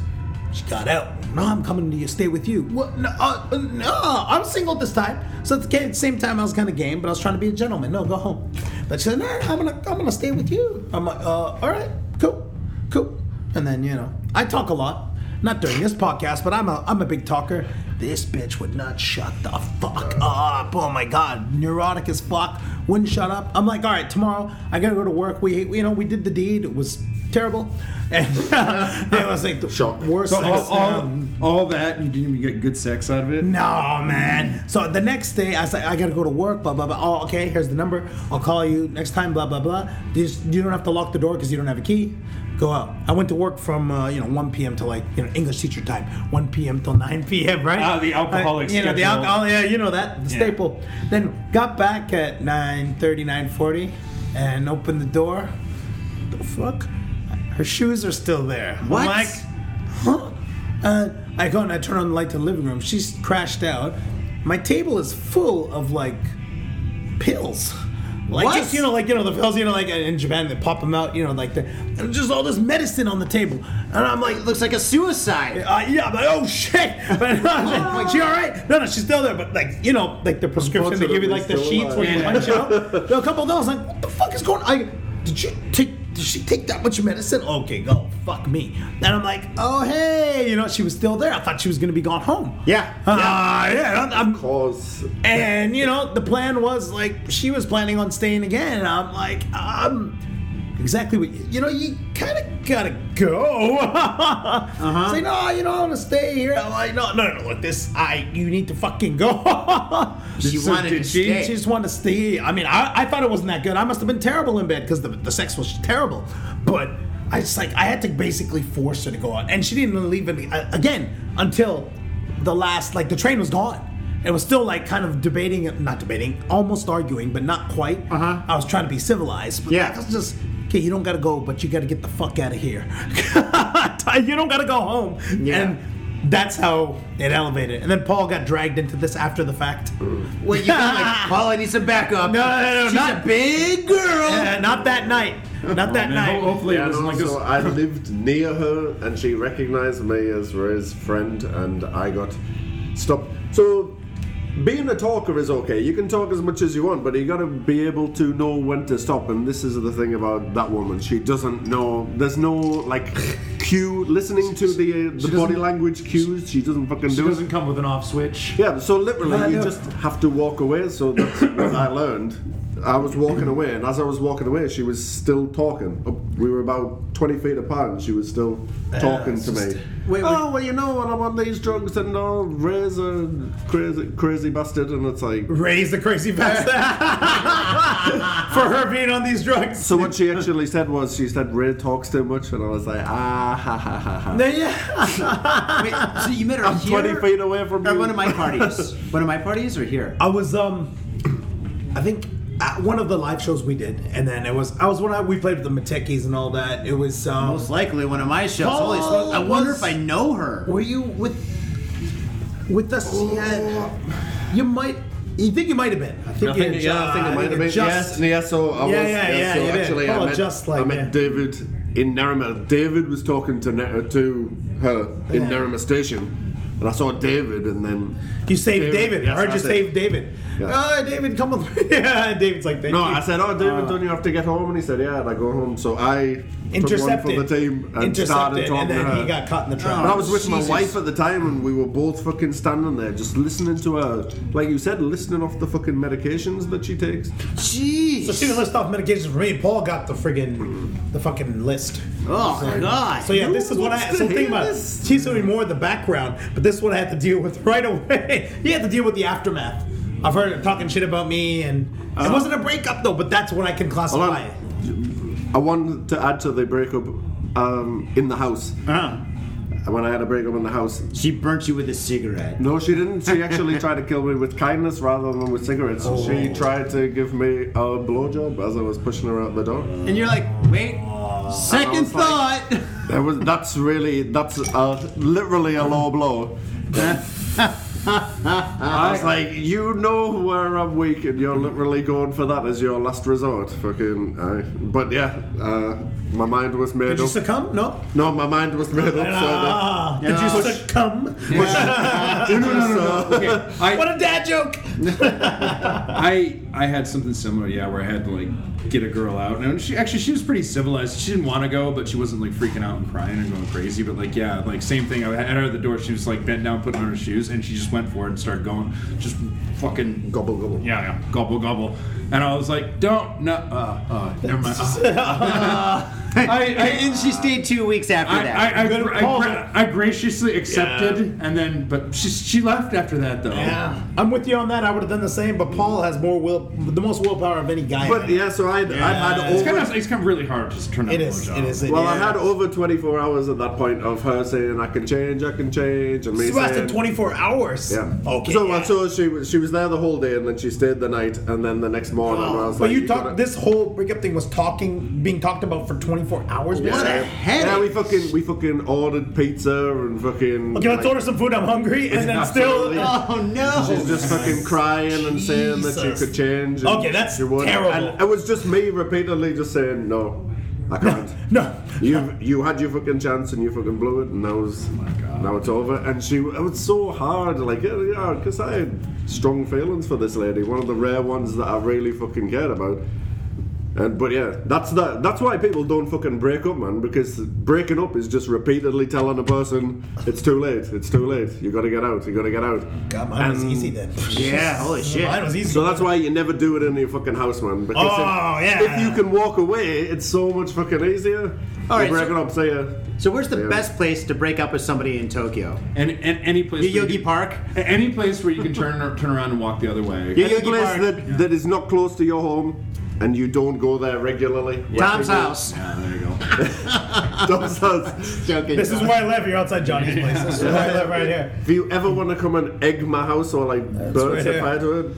[SPEAKER 6] She got out. No, I'm coming to you. Stay with you. What? No, uh, uh, no I'm single this time. So at the ca- same time, I was kind of game, but I was trying to be a gentleman. No, go home. But she said, no, I'm gonna, I'm gonna stay with you. I'm like, uh, all right, cool, cool. And then you know, I talk a lot. Not during this podcast, but I'm a, I'm a big talker. this bitch would not shut the fuck up. Oh my god, neurotic as fuck, wouldn't shut up. I'm like, all right, tomorrow I gotta go to work. We, you know, we did the deed. It was terrible, and it was like the
[SPEAKER 5] Shock.
[SPEAKER 6] worst.
[SPEAKER 4] So all,
[SPEAKER 6] sex-
[SPEAKER 4] all, all that, and you didn't even get good sex out of it.
[SPEAKER 6] no, man. So the next day, I said, I gotta go to work, blah, blah, blah. Oh, okay, here's the number. I'll call you next time, blah, blah, blah. You, just- you don't have to lock the door because you don't have a key. Go out. I went to work from, uh, you know, 1 p.m. to like, you know, English teacher time, 1 p.m. till 9 p.m., right?
[SPEAKER 4] Ah, the alcoholic
[SPEAKER 6] You know, the
[SPEAKER 4] schedule.
[SPEAKER 6] alcohol, yeah, you know that, the staple. Then got back at 9 30, and opened the door. The fuck? Her shoes are still there. I'm
[SPEAKER 7] What?
[SPEAKER 6] like, huh? Uh, I go and I turn on the light to the living room. She's crashed out. My table is full of like pills. Like
[SPEAKER 7] What?
[SPEAKER 6] just you know, like you know, the pills. You know, like in Japan they pop them out. You know, like the and just all this medicine on the table, and I'm like,
[SPEAKER 7] Looks like a suicide.
[SPEAKER 6] uh, yeah, but oh shit! But like, she all right? No, no, she's still there. But like, you know, like the prescription they give you, like the
[SPEAKER 5] Unfortunately,
[SPEAKER 6] sheets where you punch out. So a couple of those, like, what the fuck is going? on? I did you take? Did she take that much medicine? Okay, go fuck me. And I'm like, oh hey, you know, she was still there. I thought she was gonna be gone home.
[SPEAKER 7] Yeah,
[SPEAKER 6] Ah, yeah. I'm,
[SPEAKER 5] Pause.
[SPEAKER 6] and you know, the plan was like she was planning on staying again. And I'm like, um, exactly what you know. You kind of gotta go. uh-huh. Say no, you know, I want to stay here. I'm like, no, no, no. Look, this, I, you need to fucking go.
[SPEAKER 7] She
[SPEAKER 4] So
[SPEAKER 7] wanted
[SPEAKER 4] did
[SPEAKER 7] to
[SPEAKER 4] she?
[SPEAKER 6] She
[SPEAKER 7] stay.
[SPEAKER 6] just wanted to stay. I mean, I, I thought it wasn't that good. I must have been terrible in bed because the, the sex was terrible. But I just like I had to basically force her to go out, and she didn't leave any, uh, again until the last like the train was gone. It was still like kind of debating, not debating, almost arguing, but not quite. Uh-huh. I was trying to be civilized, but
[SPEAKER 7] Yeah.
[SPEAKER 6] like, I was just okay. You don't gotta go, but you gotta get the fuck out of here. you don't gotta go home.
[SPEAKER 7] Yeah.
[SPEAKER 6] And that's how it elevated. And then Paul got dragged into this after the fact.
[SPEAKER 7] Well, you got like, Paul, Oh, I need some backup.
[SPEAKER 6] No, no, no,
[SPEAKER 7] She's
[SPEAKER 6] not-
[SPEAKER 7] a big girl.
[SPEAKER 6] Uh, not that night. Not that
[SPEAKER 4] And
[SPEAKER 6] night.
[SPEAKER 4] Oh, ho- hopefully
[SPEAKER 5] Yeah,
[SPEAKER 4] it
[SPEAKER 5] and
[SPEAKER 4] wasn't like
[SPEAKER 5] also,
[SPEAKER 4] this.
[SPEAKER 5] I lived near her, and she recognized me as Ray's friend, and I got stopped. So, being a talker is okay. You can talk as much as you want, but you got to be able to know when to stop. And this is the thing about that woman: she doesn't know. There's no like cue. Listening to the the body
[SPEAKER 4] doesn't-
[SPEAKER 5] language cues, she doesn't fucking
[SPEAKER 4] She
[SPEAKER 5] do it.
[SPEAKER 4] doesn't come with an off switch.
[SPEAKER 5] Yeah, so literally,
[SPEAKER 6] I
[SPEAKER 5] you
[SPEAKER 6] know.
[SPEAKER 5] just have to walk away. So that's what I learned. I was walking away, and as I was walking away, she was still talking. Uh, We were about 20 feet apart, and she was still talking to me.
[SPEAKER 7] Wait,
[SPEAKER 5] oh, well, you know, when I'm on these drugs and all, Ray's a crazy, crazy bastard, and it's like.
[SPEAKER 6] Raise the crazy bastard for her being on these drugs.
[SPEAKER 5] So what she actually said was, she said, Ray talks too much, and I was like, ah, ha, ha, ha, ha.
[SPEAKER 7] wait, so you met her I'm
[SPEAKER 5] 20 feet away from
[SPEAKER 7] At
[SPEAKER 5] you.
[SPEAKER 7] one of my parties. one of my parties or here?
[SPEAKER 6] I was um, I think at one of the live shows we did, and then it was I was when I we played with the Matekis and all that. It was um,
[SPEAKER 7] Most likely one of my shows.
[SPEAKER 6] Paul
[SPEAKER 7] Holy smokes. I wonder
[SPEAKER 6] was- Oh,
[SPEAKER 7] if I know her.
[SPEAKER 6] Were you with with us? Yeah, you might. You think you might have been? I think
[SPEAKER 5] I think,
[SPEAKER 6] you
[SPEAKER 5] yeah, I think it might have been.
[SPEAKER 6] Just,
[SPEAKER 5] yes, yes, so I
[SPEAKER 6] Yeah,
[SPEAKER 5] was.
[SPEAKER 6] yeah, yeah,
[SPEAKER 5] yes, so
[SPEAKER 6] you did.
[SPEAKER 5] actually,
[SPEAKER 6] Oh,
[SPEAKER 5] I met,
[SPEAKER 6] just like
[SPEAKER 5] I met
[SPEAKER 6] that.
[SPEAKER 5] David in Narama. David was talking to Na- to her in
[SPEAKER 6] Yeah.
[SPEAKER 5] Narama Station, and I saw David, and then
[SPEAKER 6] You saved
[SPEAKER 5] David.
[SPEAKER 6] David. I
[SPEAKER 5] Yes,
[SPEAKER 6] heard
[SPEAKER 5] I
[SPEAKER 6] you
[SPEAKER 5] said-
[SPEAKER 6] saved Daid.
[SPEAKER 5] Yeah.
[SPEAKER 6] Ah, David, come on. yeah, David's like, thank
[SPEAKER 5] no,
[SPEAKER 6] you.
[SPEAKER 5] I said, "Oh,
[SPEAKER 6] Uh.
[SPEAKER 5] David, don't you have to get home?" And he said, "Yeah," and I go home. So I
[SPEAKER 6] intercepted
[SPEAKER 5] took one for the team and started
[SPEAKER 6] intercepted,
[SPEAKER 5] talking
[SPEAKER 6] and then
[SPEAKER 5] to her.
[SPEAKER 6] he got caught in the trap.
[SPEAKER 5] and I was with my wife at the time, and we were both fucking standing there, just listening to her, like you said, listening off the fucking medications that she takes.
[SPEAKER 7] Jeez.
[SPEAKER 6] So she didn't list off medications for me. Paul got the friggin' the fucking list.
[SPEAKER 7] Oh, my God.
[SPEAKER 6] So yeah, this is what I.
[SPEAKER 5] wants to
[SPEAKER 6] So think
[SPEAKER 5] hear
[SPEAKER 6] about it.
[SPEAKER 5] this?
[SPEAKER 6] She's doing more in the background, but this one I had to deal with right away. you had to deal with the aftermath. I've heard her talking shit about me, and it wasn't a breakup though. But that's when I can
[SPEAKER 5] Uh-huh. Hold
[SPEAKER 6] classify
[SPEAKER 5] on.
[SPEAKER 6] it.
[SPEAKER 5] I wanted to add to the breakup um, in the house.
[SPEAKER 7] Uh,
[SPEAKER 5] When I had a breakup in the house.
[SPEAKER 7] she burnt you with a cigarette.
[SPEAKER 5] No, she didn't. She actually tried to kill me with kindness rather than with cigarettes. She tried to give me a blowjob as I was pushing her out the door.
[SPEAKER 7] And you're like, wait, second
[SPEAKER 5] was like-
[SPEAKER 7] thought.
[SPEAKER 5] That was that's really that's uh, literally a low blow. I was like, you know where I'm weak, and you're literally going for that as your last resort. Fucking, aye. but yeah, uh, my mind was made
[SPEAKER 6] Did you
[SPEAKER 5] up.
[SPEAKER 6] succumb? No.
[SPEAKER 5] no, my mind was made up. So that-
[SPEAKER 6] Ah, did you succumb?
[SPEAKER 4] No, no, no, no. no. Okay, I,
[SPEAKER 6] What a dad joke!
[SPEAKER 4] I I had something similar, yeah, where I had to like get a girl out, and she actually she was pretty civilized. She didn't want to go, but she wasn't like freaking out and crying and going crazy. But like, yeah, like same thing. I had her at the door. She was like bent down, putting on her shoes, and she just went for it and started going, just fucking
[SPEAKER 5] Gobble, gobble.
[SPEAKER 4] yeah, yeah, gobble, gobble. And I was like, don't, no, uh, uh, never mind. Uh. I, I,
[SPEAKER 7] and she stayed two weeks after
[SPEAKER 4] I,
[SPEAKER 7] that.
[SPEAKER 4] I, I, gra- I, gra- I graciously accepted, and then but she she left after that though.
[SPEAKER 6] Yeah, I'm with you on that. I would have done the same, but Paul has more will, the most willpower of any guy.
[SPEAKER 5] But yeah, so I, I've had
[SPEAKER 4] It's
[SPEAKER 5] over.
[SPEAKER 4] kind of it's kind of really hard to just turn down
[SPEAKER 6] it
[SPEAKER 4] a
[SPEAKER 6] is.
[SPEAKER 4] blowjob.
[SPEAKER 6] It is. It
[SPEAKER 5] well, I
[SPEAKER 6] is.
[SPEAKER 5] had over 24 hours at that point of her saying, "I can change, I can change," and me
[SPEAKER 6] This lasted
[SPEAKER 5] saying,
[SPEAKER 6] 24 hours.
[SPEAKER 5] Yeah.
[SPEAKER 6] Okay.
[SPEAKER 5] So,
[SPEAKER 6] yeah.
[SPEAKER 5] so she was she was there the whole day, and then she stayed the night, and then the next morning I was
[SPEAKER 6] but
[SPEAKER 5] like,
[SPEAKER 6] you talked.
[SPEAKER 5] gotta-
[SPEAKER 6] This whole breakup thing was talking, being talked about for 24 hours.
[SPEAKER 5] Yeah.
[SPEAKER 6] basically?
[SPEAKER 5] Yeah, we fucking we fucking ordered pizza and fucking.
[SPEAKER 6] Okay, let's
[SPEAKER 5] like,
[SPEAKER 6] order some food. I'm hungry, and then still.
[SPEAKER 5] Absolutely.
[SPEAKER 7] oh no!
[SPEAKER 5] She's just fucking crying and saying that she
[SPEAKER 6] Jesus.
[SPEAKER 5] could change. and
[SPEAKER 6] Okay, that's
[SPEAKER 5] she wouldn't.
[SPEAKER 6] terrible.
[SPEAKER 5] And it was just me repeatedly just saying, "No, I can't."
[SPEAKER 6] no.
[SPEAKER 5] You you had your fucking chance and you fucking blew it, and now
[SPEAKER 6] Oh
[SPEAKER 5] it's now it's over. And she it was so hard, like yeah, because I had strong feelings for this lady, one of the rare ones that I really fucking cared about. And but yeah, that's the that's why people don't fucking break up, man. Because breaking up is just repeatedly telling a person it's too late, it's too late. You got to get out, you got to get out.
[SPEAKER 6] God, mine was
[SPEAKER 5] And-
[SPEAKER 6] easy then.
[SPEAKER 7] yeah, holy shit.
[SPEAKER 6] Mine was easy.
[SPEAKER 5] So that's why you never do it in your fucking house, man. Because
[SPEAKER 6] Oh,
[SPEAKER 5] if,
[SPEAKER 6] yeah.
[SPEAKER 5] if you can walk away, it's so much fucking easier. All right,
[SPEAKER 7] right,
[SPEAKER 5] breaking
[SPEAKER 7] so-
[SPEAKER 5] up, say ya.
[SPEAKER 7] So where's the
[SPEAKER 5] Yeah.
[SPEAKER 7] best place to break up with somebody in Tokyo?
[SPEAKER 4] And, and any place where you
[SPEAKER 7] Yoyogi
[SPEAKER 4] can-
[SPEAKER 7] Park?
[SPEAKER 4] a- any place where you can turn turn around and walk the other way.
[SPEAKER 5] Any
[SPEAKER 7] Yogi
[SPEAKER 5] place
[SPEAKER 7] Park.
[SPEAKER 5] that, that is not close to your home and you don't go there regularly.
[SPEAKER 7] Tom's house.
[SPEAKER 4] Yeah, there you go.
[SPEAKER 5] Dom's house.
[SPEAKER 7] Joking.
[SPEAKER 6] This is where I live. You're outside Johnny's place. This is where I live right here.
[SPEAKER 5] If you ever want to come and egg my house or like burn
[SPEAKER 6] right
[SPEAKER 5] the
[SPEAKER 6] here.
[SPEAKER 5] fire to it,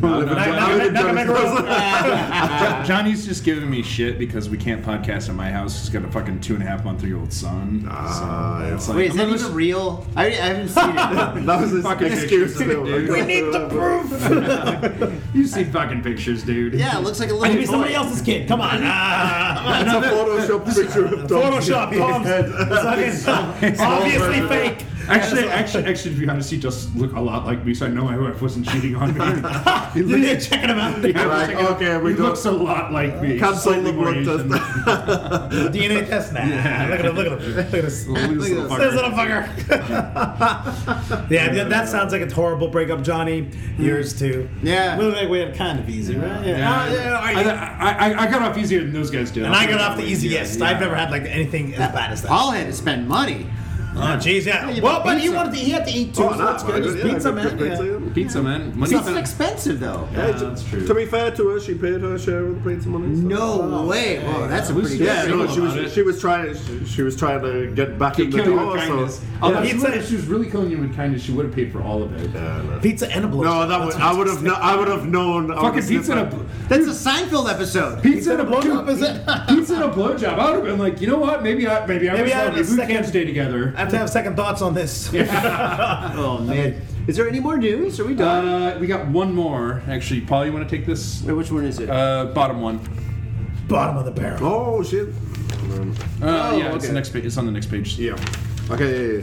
[SPEAKER 6] Not, not, not gonna make a road.
[SPEAKER 4] Uh, Jo- Johnny's just giving me shit because we can't podcast in my house. He's got a fucking two and a half month year old son. Ah, so it's like,
[SPEAKER 7] Wait, is
[SPEAKER 4] I'm
[SPEAKER 7] that
[SPEAKER 4] gonna
[SPEAKER 7] even
[SPEAKER 4] just-
[SPEAKER 7] real? I, I haven't seen it.
[SPEAKER 5] that was his
[SPEAKER 4] Fucking
[SPEAKER 5] excuse.
[SPEAKER 4] excuse, dude.
[SPEAKER 5] We
[SPEAKER 6] need the proof.
[SPEAKER 4] you see fucking pictures, dude.
[SPEAKER 7] yeah, it looks like a
[SPEAKER 6] I could be
[SPEAKER 7] little
[SPEAKER 6] somebody
[SPEAKER 7] boy.
[SPEAKER 6] else's kid. Come on. Ah.
[SPEAKER 5] That's a Photoshop picture of Dom.
[SPEAKER 6] Photoshop. Tom's fucking obviously fake.
[SPEAKER 4] Actually, actually, actually, to be honest, he does look a lot like me, so I know my wife wasn't cheating on me.
[SPEAKER 6] You need to check him out.
[SPEAKER 4] I was
[SPEAKER 5] Like,
[SPEAKER 4] thinking,
[SPEAKER 5] okay, we
[SPEAKER 4] he
[SPEAKER 5] don't-
[SPEAKER 4] looks a lot like me.
[SPEAKER 5] Cancel
[SPEAKER 4] Slightly
[SPEAKER 5] the
[SPEAKER 4] more
[SPEAKER 5] blood
[SPEAKER 4] Asian.
[SPEAKER 5] test.
[SPEAKER 6] DNA test now. Look at him. Look at him. Look at this.
[SPEAKER 4] Look at this little
[SPEAKER 6] This
[SPEAKER 4] fucker.
[SPEAKER 6] little fucker. yeah, that, that sounds like a horrible breakup, Johnny. Yours too.
[SPEAKER 7] Yeah.
[SPEAKER 6] Well, like we had kind of easy, right? Yeah.
[SPEAKER 4] Yeah.
[SPEAKER 6] Ah, yeah, all right.
[SPEAKER 4] I, I, I got off easier than those guys did.
[SPEAKER 6] and I got off the easiest.
[SPEAKER 4] Yeah.
[SPEAKER 6] I've never had like anything as bad as that.
[SPEAKER 7] Paul had to spend money.
[SPEAKER 6] Oh, jeez, yeah.
[SPEAKER 7] you
[SPEAKER 6] Well,
[SPEAKER 7] bought
[SPEAKER 6] but he
[SPEAKER 7] pizza.
[SPEAKER 6] wanted to. He had to eat too.
[SPEAKER 5] Oh,
[SPEAKER 6] so
[SPEAKER 5] nah,
[SPEAKER 6] that's good.
[SPEAKER 5] man,
[SPEAKER 6] Just
[SPEAKER 5] yeah,
[SPEAKER 6] pizza,
[SPEAKER 5] good
[SPEAKER 6] man.
[SPEAKER 5] pizza,
[SPEAKER 6] yeah.
[SPEAKER 5] yeah.
[SPEAKER 4] Oh, Pizza, man. Money.
[SPEAKER 7] It's expensive though.
[SPEAKER 5] Yeah,
[SPEAKER 4] Yeah, that's true.
[SPEAKER 5] To oh, be fair to her, she paid her share of the pizza money. so-
[SPEAKER 7] No way. Whoa, that's a pretty good
[SPEAKER 5] Yeah,
[SPEAKER 4] Single
[SPEAKER 5] no, she
[SPEAKER 4] about it.
[SPEAKER 5] was she was trying she, she was trying to get back in the
[SPEAKER 4] Killing you
[SPEAKER 5] door.
[SPEAKER 4] with kindness.
[SPEAKER 5] So
[SPEAKER 4] Although
[SPEAKER 6] Yeah.
[SPEAKER 4] she would- if she was really killing you with kindness, she would have paid for all of it.
[SPEAKER 6] Pizza and a blow.
[SPEAKER 5] no, that was I would have kno- I would have known. I
[SPEAKER 4] Fucking
[SPEAKER 5] would've sniffed
[SPEAKER 4] pizza and
[SPEAKER 5] that.
[SPEAKER 4] a
[SPEAKER 7] That's a Seinfeld episode.
[SPEAKER 4] pizza and a blowjob. Pizza and a blowjob. I would have been like, you know what? Maybe I maybe I
[SPEAKER 6] Maybe
[SPEAKER 4] was
[SPEAKER 6] I had
[SPEAKER 4] wrong.
[SPEAKER 6] a
[SPEAKER 4] Maybe we
[SPEAKER 6] second-
[SPEAKER 4] can stay together.
[SPEAKER 6] I have to have second thoughts on this.
[SPEAKER 7] Oh man. Is there any more news? Are we done?
[SPEAKER 4] Uh, we got one more actually. Paul, you want to take this?
[SPEAKER 7] Wait, which one is it?
[SPEAKER 4] Uh, bottom one.
[SPEAKER 6] Bottom of the barrel.
[SPEAKER 5] Oh shit!
[SPEAKER 4] Uh,
[SPEAKER 6] Oh,
[SPEAKER 4] yeah, it's
[SPEAKER 5] okay.
[SPEAKER 4] the next page. It's on the next page.
[SPEAKER 5] Yeah. Okay.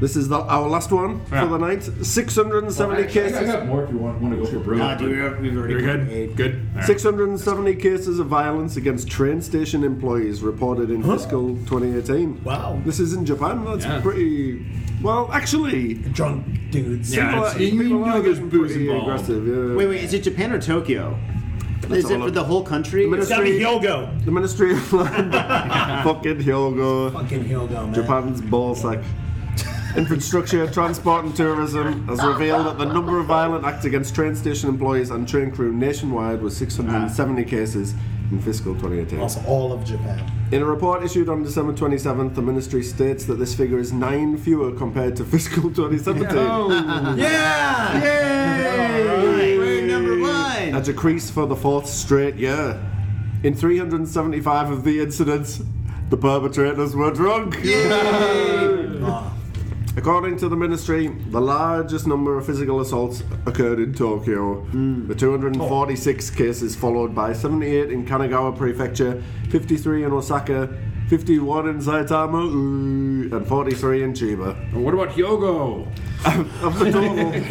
[SPEAKER 5] This is the, our last one
[SPEAKER 4] Yeah.
[SPEAKER 5] for the night. Six hundred and seventy
[SPEAKER 4] Actually, I
[SPEAKER 5] cases.
[SPEAKER 4] got more if you want, want to go for broke.
[SPEAKER 7] Nah, dude, we've already- we've already
[SPEAKER 4] You're
[SPEAKER 7] got
[SPEAKER 4] good.
[SPEAKER 7] eight.
[SPEAKER 4] Good. All right.
[SPEAKER 5] 670 cases of violence against train station employees reported in fiscal 2018.
[SPEAKER 6] Wow.
[SPEAKER 5] This is in Japan. That's
[SPEAKER 4] Yeah.
[SPEAKER 5] pretty. Well, actually,
[SPEAKER 6] Drunk dudes.
[SPEAKER 4] Yeah,
[SPEAKER 5] people
[SPEAKER 4] it's-
[SPEAKER 5] are-
[SPEAKER 4] you
[SPEAKER 5] people
[SPEAKER 4] know
[SPEAKER 5] are
[SPEAKER 4] there's
[SPEAKER 5] getting
[SPEAKER 4] booze
[SPEAKER 5] pretty
[SPEAKER 4] involved.
[SPEAKER 5] aggressive, yeah.
[SPEAKER 7] Wait, wait. Is it Japan or Tokyo? Is
[SPEAKER 5] have a
[SPEAKER 7] it for
[SPEAKER 5] look.
[SPEAKER 7] the whole country?
[SPEAKER 6] It's gotta be
[SPEAKER 5] Ministry-
[SPEAKER 6] Hyogo.
[SPEAKER 5] The Ministry of Land. Fucking Hyogo.
[SPEAKER 6] Fucking Hyogo, man.
[SPEAKER 5] Japan's ballsack. Infrastructure, transport, and tourism has revealed that the number of violent acts against train station employees and train crew nationwide was 670
[SPEAKER 4] Ah.
[SPEAKER 5] cases in fiscal 2018.
[SPEAKER 6] Across all of Japan.
[SPEAKER 5] In a report issued on December 27th, the ministry states that this figure is nine fewer compared to fiscal 2017.
[SPEAKER 4] Oh,
[SPEAKER 7] Uh-huh.
[SPEAKER 6] Yeah! Yay!
[SPEAKER 7] We're number
[SPEAKER 5] A
[SPEAKER 7] one.
[SPEAKER 5] decrease for the fourth straight year. In 375 of the incidents, the perpetrators were drunk. According to the ministry, the largest number of physical assaults occurred in Tokyo. The 246 cases followed by 78 in Kanagawa Prefecture, 53 in Osaka, 51 in Saitama, ooh, and 43 in Chiba.
[SPEAKER 4] And what about Hyogo?
[SPEAKER 5] of the total,
[SPEAKER 10] 500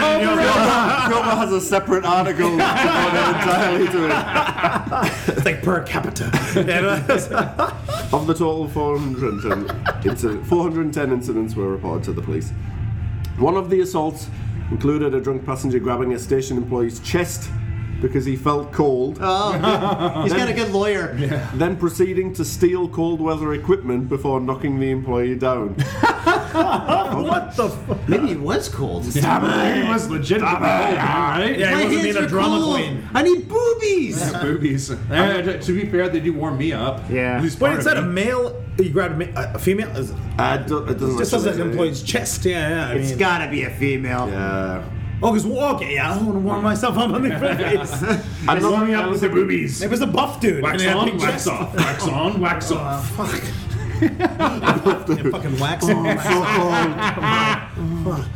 [SPEAKER 5] Koma has a separate article devoted entirely to it.
[SPEAKER 10] It's like per capita.
[SPEAKER 5] Of the total 410, incident, 410 incidents were reported to the police. One of the assaults included a drunk passenger grabbing a station employee's chest because he felt cold,
[SPEAKER 6] Ah.
[SPEAKER 7] Oh, he's got a good lawyer.
[SPEAKER 5] then proceeding to steal cold weather equipment before knocking the employee down.
[SPEAKER 10] what the fuck?
[SPEAKER 7] Maybe he was cold.
[SPEAKER 4] Stop it! He was legit.
[SPEAKER 6] Ah,
[SPEAKER 4] Stop it! Right?
[SPEAKER 10] Yeah,
[SPEAKER 7] My
[SPEAKER 10] he wasn't
[SPEAKER 7] hands
[SPEAKER 10] being a
[SPEAKER 7] are
[SPEAKER 10] drama
[SPEAKER 7] cold.
[SPEAKER 10] queen.
[SPEAKER 7] I need boobies.
[SPEAKER 4] Boobies. Eh, to- to be fair, they do warm me up.
[SPEAKER 7] Yeah.
[SPEAKER 4] At least
[SPEAKER 6] Wait,
[SPEAKER 4] part
[SPEAKER 6] is
[SPEAKER 4] of
[SPEAKER 6] that a
[SPEAKER 4] me.
[SPEAKER 6] male? You grabbed a, ma- a female? Is-
[SPEAKER 5] Uh, it do- it doesn't
[SPEAKER 6] Just as an
[SPEAKER 5] actually-
[SPEAKER 6] employee's chest. Yeah, yeah. I mean,
[SPEAKER 7] It's gotta be a female.
[SPEAKER 5] Yeah.
[SPEAKER 6] oh, because okay, yeah. I don't want to warm myself up on the face.
[SPEAKER 5] I'm not-
[SPEAKER 4] Warm me up with the boobies.
[SPEAKER 6] It was a buff dude. and
[SPEAKER 4] Wax
[SPEAKER 6] he had a
[SPEAKER 4] on,
[SPEAKER 6] big
[SPEAKER 4] wax
[SPEAKER 6] chest.
[SPEAKER 4] off. Wax on, wax off.
[SPEAKER 6] Fuck. Oh, fucking wax on.
[SPEAKER 5] So cold.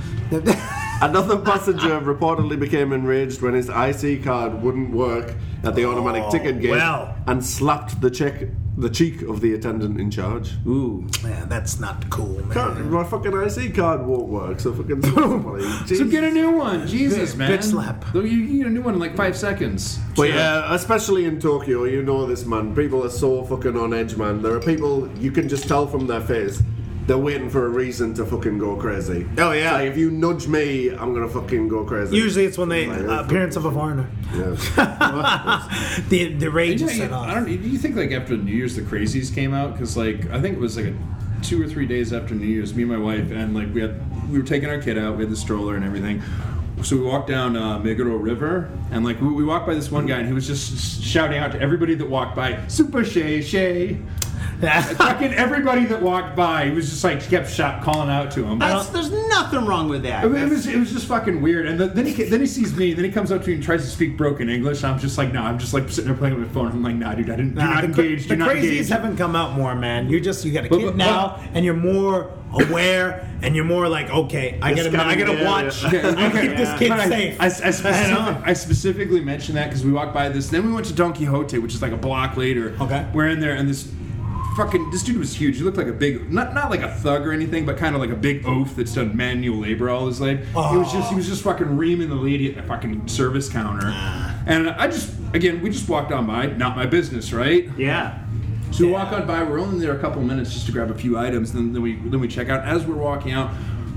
[SPEAKER 5] Another passenger reportedly became enraged when his IC card wouldn't work at the automatic ticket gate
[SPEAKER 6] Oh, well.
[SPEAKER 5] and slapped the check the cheek of the attendant in charge.
[SPEAKER 6] Ooh, man, that's not cool, man.
[SPEAKER 5] God, my fucking IC card won't work, so fucking somebody.
[SPEAKER 4] So get a new one, Jesus, man.
[SPEAKER 6] bitch slap.
[SPEAKER 4] Though you you get a new one in like five seconds.
[SPEAKER 5] But yeah, especially in Tokyo, you know this man. People are so fucking on edge, man. There are people you can just tell from their face. They're waiting for a reason to fucking go crazy.
[SPEAKER 7] Oh, yeah.
[SPEAKER 5] Like, if you nudge me, I'm gonna fucking go crazy.
[SPEAKER 6] Usually, it's when they
[SPEAKER 5] Like,
[SPEAKER 6] uh, appearance of a foreigner.
[SPEAKER 5] Yeah.
[SPEAKER 6] The the rage
[SPEAKER 4] You
[SPEAKER 6] is
[SPEAKER 4] know,
[SPEAKER 6] set
[SPEAKER 4] you- I
[SPEAKER 6] off.
[SPEAKER 4] don't. Do you think like after New Year's the crazies came out? Because like I think it was like a, two or three days after New Year's, me and my wife and like we had we were taking our kid out. We had the stroller and everything. So we walked down uh, Meguro River, and like we, we walked by this one guy, and he was just shouting out to everybody that walked by, "Super Shay Shay!" Fucking everybody that walked by, he was just like kept shout, calling out to him.
[SPEAKER 7] That's, there's nothing wrong with that.
[SPEAKER 4] I mean, it was it was just fucking weird. And then, then he ca- then he sees me. Then he comes up to me and tries to speak broken English. And I'm just like, no, I'm just like sitting there playing with my phone. I'm like, nah, dude, I didn't. Do not
[SPEAKER 6] Nah, the,
[SPEAKER 4] engage.
[SPEAKER 6] the
[SPEAKER 4] do not
[SPEAKER 6] crazies
[SPEAKER 4] engage.
[SPEAKER 6] haven't come out more, man. You're just you got a kid
[SPEAKER 4] but-
[SPEAKER 6] now, and you're more aware, and you're more like, okay, I gotta,
[SPEAKER 5] guy,
[SPEAKER 6] I gotta
[SPEAKER 5] yeah,
[SPEAKER 6] watch,
[SPEAKER 4] Okay,
[SPEAKER 6] I
[SPEAKER 4] okay.
[SPEAKER 6] keep this kid
[SPEAKER 4] But I-
[SPEAKER 6] safe.
[SPEAKER 4] I, I specific-
[SPEAKER 6] know.
[SPEAKER 4] I specifically mentioned that because we walked by this. Then we went to Don Quixote, which is like a block later.
[SPEAKER 6] Okay.
[SPEAKER 4] We're in there, and this fucking this dude was huge. He looked like a big, not not like a thug or anything, but kind of like a big oaf that's done manual labor all his life. He was just he was just fucking reaming the lady at the fucking service counter. And I just again, we just walked on by, not my business, right?
[SPEAKER 7] yeah.
[SPEAKER 4] So we walk on by. We're only there a couple minutes just to grab a few items. Then, then we then we check out. As we're walking out,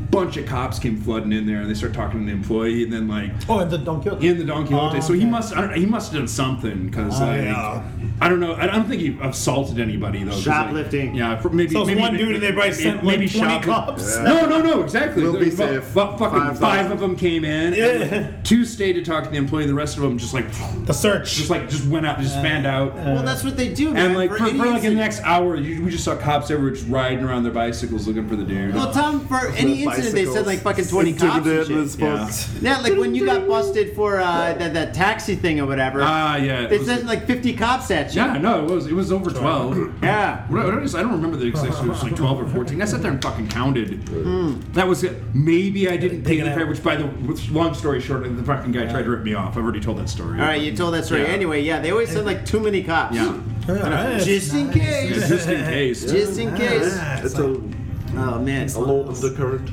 [SPEAKER 4] bunch of cops came flooding in there, and they start talking to the employee. And then like
[SPEAKER 6] oh, and the Don Quixote.
[SPEAKER 4] in the Don Quixote, so he must I don't, know, he must have done something because like,
[SPEAKER 6] Oh, yeah.
[SPEAKER 4] I don't know. I don't think he assaulted anybody though. 'cause, like,
[SPEAKER 7] Shoplifting.
[SPEAKER 4] yeah, for- maybe
[SPEAKER 6] So it's
[SPEAKER 4] maybe,
[SPEAKER 6] one dude and they probably sent, like, 20
[SPEAKER 4] shoplifting.
[SPEAKER 6] cops.
[SPEAKER 4] No, no, no, exactly.
[SPEAKER 5] We'll be
[SPEAKER 4] Fu-
[SPEAKER 5] safe.
[SPEAKER 4] fu- fucking
[SPEAKER 5] Five
[SPEAKER 4] five,
[SPEAKER 5] thousand.
[SPEAKER 4] of them came in. and Two stayed to talk to the employee. The rest of them just like
[SPEAKER 6] the search.
[SPEAKER 4] just like just went out, just fanned out.
[SPEAKER 7] Well, that's what they do, man.
[SPEAKER 4] And like for,
[SPEAKER 7] any
[SPEAKER 4] for like the
[SPEAKER 7] incident-
[SPEAKER 4] next hour, you, we just saw cops everywhere just riding around their bicycles looking for the dude.
[SPEAKER 7] Well, Tom, for any incident, they said like fucking 20 cops. And
[SPEAKER 5] Intimidating
[SPEAKER 7] shit.
[SPEAKER 5] response.
[SPEAKER 7] Yeah, like when you got busted for uh, that, that taxi thing or whatever.
[SPEAKER 4] Ah, yeah.
[SPEAKER 7] They sent like 50 cops at you.
[SPEAKER 4] yeah, no, it was it was over twelve.
[SPEAKER 7] Yeah.
[SPEAKER 4] What, what is, I don't remember the exact It was like 12 or 14. I sat there and fucking counted.
[SPEAKER 7] Hmm.
[SPEAKER 4] That was it. Maybe I didn't pay the fare, which, by the which, long story short, the fucking guy tried to rip me off. I've already told that story.
[SPEAKER 7] All right, you told that story.
[SPEAKER 4] Yeah.
[SPEAKER 7] Anyway, yeah, they always send like too many cops.
[SPEAKER 4] Yeah.
[SPEAKER 7] Just in case.
[SPEAKER 4] Just in case.
[SPEAKER 7] Just in case.
[SPEAKER 5] It's a,
[SPEAKER 7] Oh, man.
[SPEAKER 5] a law of the current.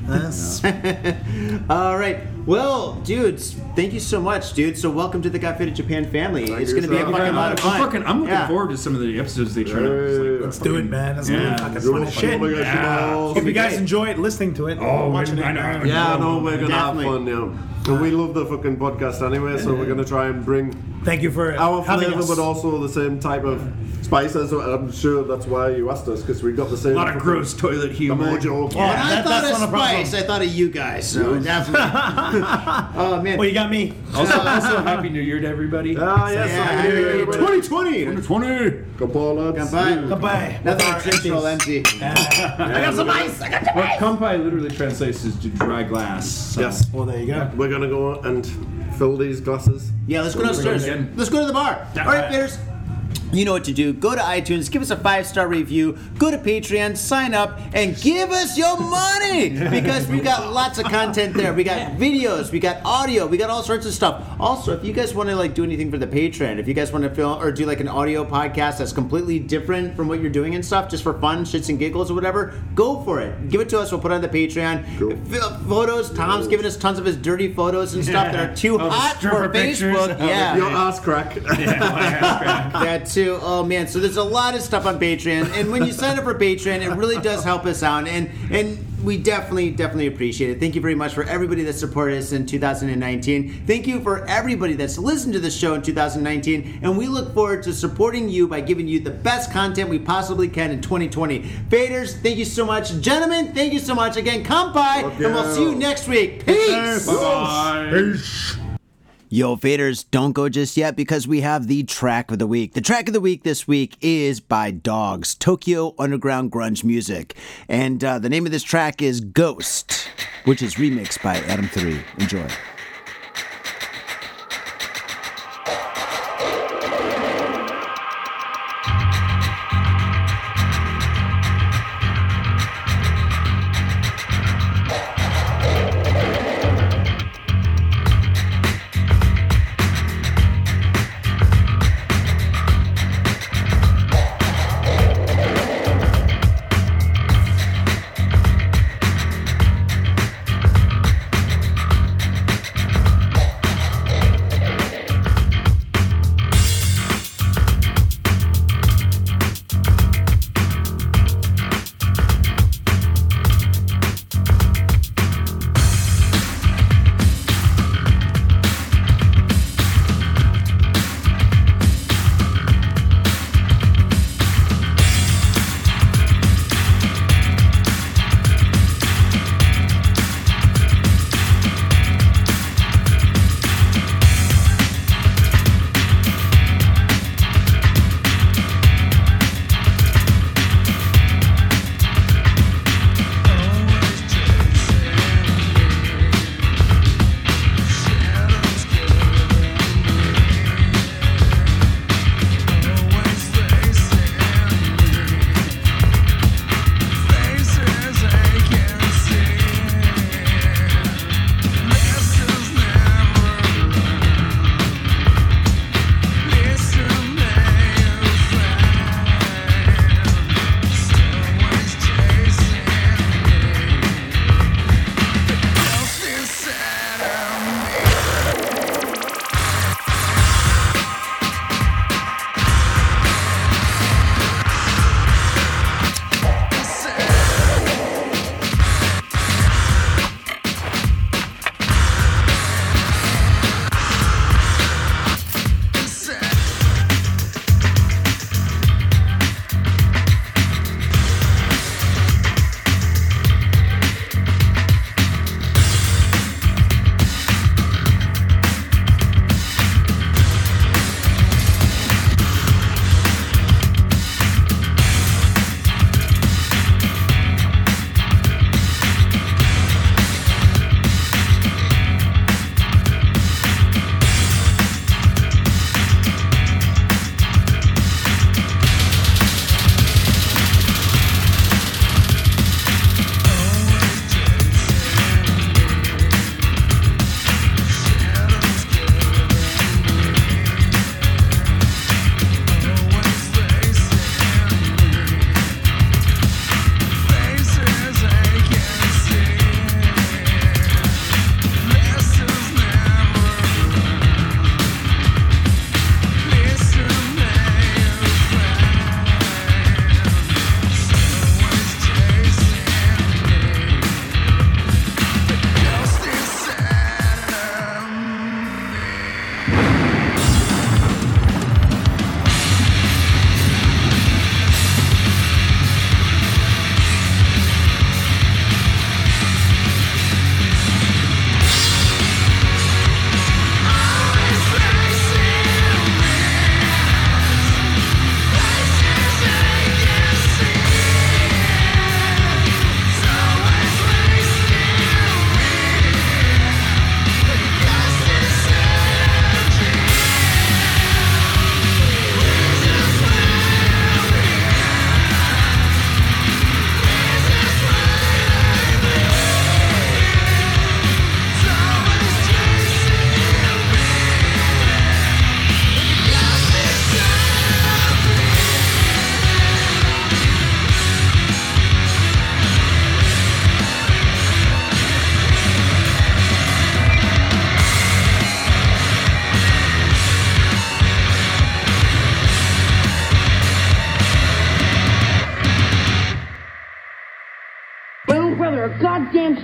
[SPEAKER 7] All right. Well, dudes, thank you so much, dude. So welcome to the Got Fit in Japan family. it's going to be a
[SPEAKER 5] yourself.
[SPEAKER 7] fucking lot of fun.
[SPEAKER 4] I'm, Uh, fucking, I'm looking
[SPEAKER 7] Yeah.
[SPEAKER 4] forward to some of the episodes they try to. it's like-
[SPEAKER 5] Let's
[SPEAKER 6] Let's do it, man. That's
[SPEAKER 4] Yeah.
[SPEAKER 6] really fucking fun as shit. Hope you guys enjoy it, listening to it,
[SPEAKER 4] Oh,
[SPEAKER 6] watching
[SPEAKER 4] I
[SPEAKER 6] it.
[SPEAKER 4] know.
[SPEAKER 5] Yeah, no, we're gonna have fun
[SPEAKER 7] Definitely.
[SPEAKER 5] now. And we love the fucking podcast anyway, so we're gonna try and bring
[SPEAKER 6] Thank you for
[SPEAKER 5] our
[SPEAKER 6] having
[SPEAKER 5] flavor,
[SPEAKER 6] us.
[SPEAKER 5] but also the same type of spices. So I'm sure that's why you asked us because we got the same. Oh,
[SPEAKER 4] A lot of gross toilet humor.
[SPEAKER 5] Mojo.
[SPEAKER 7] When
[SPEAKER 6] Yeah,
[SPEAKER 7] I
[SPEAKER 6] that-
[SPEAKER 7] thought
[SPEAKER 6] that's
[SPEAKER 7] of
[SPEAKER 6] not a problem.
[SPEAKER 7] spice, I thought of you guys. So definitely. oh man.
[SPEAKER 6] Well, you got me.
[SPEAKER 4] Also, also, Happy New Year to everybody.
[SPEAKER 5] Ah, yes,
[SPEAKER 7] Yeah.
[SPEAKER 5] Happy New Year, everybody.
[SPEAKER 4] 2020! 20!
[SPEAKER 5] Goodbye, lads.
[SPEAKER 7] Goodbye.
[SPEAKER 6] Goodbye.
[SPEAKER 7] Nothing except for all empty.
[SPEAKER 6] I got some ice. I got some
[SPEAKER 4] What
[SPEAKER 6] ice.
[SPEAKER 4] kampai literally translates is to dry glass. So.
[SPEAKER 5] Yes,
[SPEAKER 6] Well, there you go.
[SPEAKER 5] we're gonna go and fill these glasses.
[SPEAKER 7] Yeah, let's go downstairs.
[SPEAKER 4] Again.
[SPEAKER 7] Let's go to the bar. All right, Peters. You know what to do. Go to iTunes, give us a five star review, go to Patreon, sign up, and give us your money because we got lots of content there. We got videos, we got audio, we got all sorts of stuff. Also, if you guys want to like do anything for the Patreon, if you guys want to film or do like an audio podcast that's completely different from what you're doing and stuff, just for fun, shits and giggles or whatever, go for it. Give it to us. We'll put it on the Patreon. Fill- Photos. Tom's giving us tons of his dirty photos and stuff that are too
[SPEAKER 5] Oh,
[SPEAKER 7] hot
[SPEAKER 5] stripper
[SPEAKER 7] for
[SPEAKER 5] pictures.
[SPEAKER 7] Facebook. Yeah,
[SPEAKER 5] Your ass crack.
[SPEAKER 7] that too. Oh man, so there's a lot of stuff on Patreon, and when you sign up for Patreon, it really does help us out, and and we definitely definitely appreciate it. Thank you very much for everybody that supported us in 2019. Thank you for everybody that's listened to the show in 2019, and we look forward to supporting you by giving you the best content we possibly can in 2020. Faders, thank you so much, gentlemen. Thank you so much again, Kampai, and we'll see you next week. Peace.
[SPEAKER 3] Yo, faders, don't go just yet because we have the track of the week. The track of the week this week is by Dogs, Tokyo Underground Grunge Music. And uh, the name of this track is Ghost, which is remixed by Adam 3. Enjoy.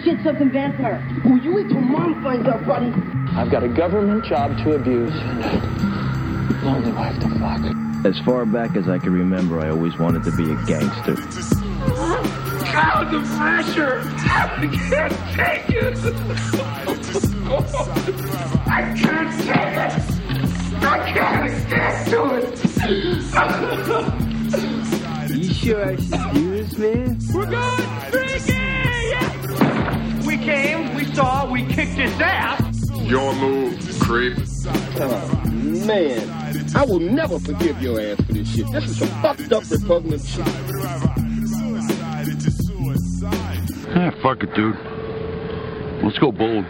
[SPEAKER 2] shit's so convinced her. Will you wait till mom finds out, buddy?
[SPEAKER 11] I've got a government job to abuse and a lonely wife to fuck.
[SPEAKER 1] As far back as I can remember, I always wanted to be a gangster.
[SPEAKER 11] God, the pressure! I can't take it! I can't take it! I can't stand to it!
[SPEAKER 12] You sure excuse me?
[SPEAKER 11] We're going freaking! We came, we saw, we kicked his ass!
[SPEAKER 4] Your move, creep.
[SPEAKER 12] Oh, man, I will never forgive your ass for this shit. This is some fucked up repugnant shit.
[SPEAKER 4] Ah, fuck it, dude. Let's go bold.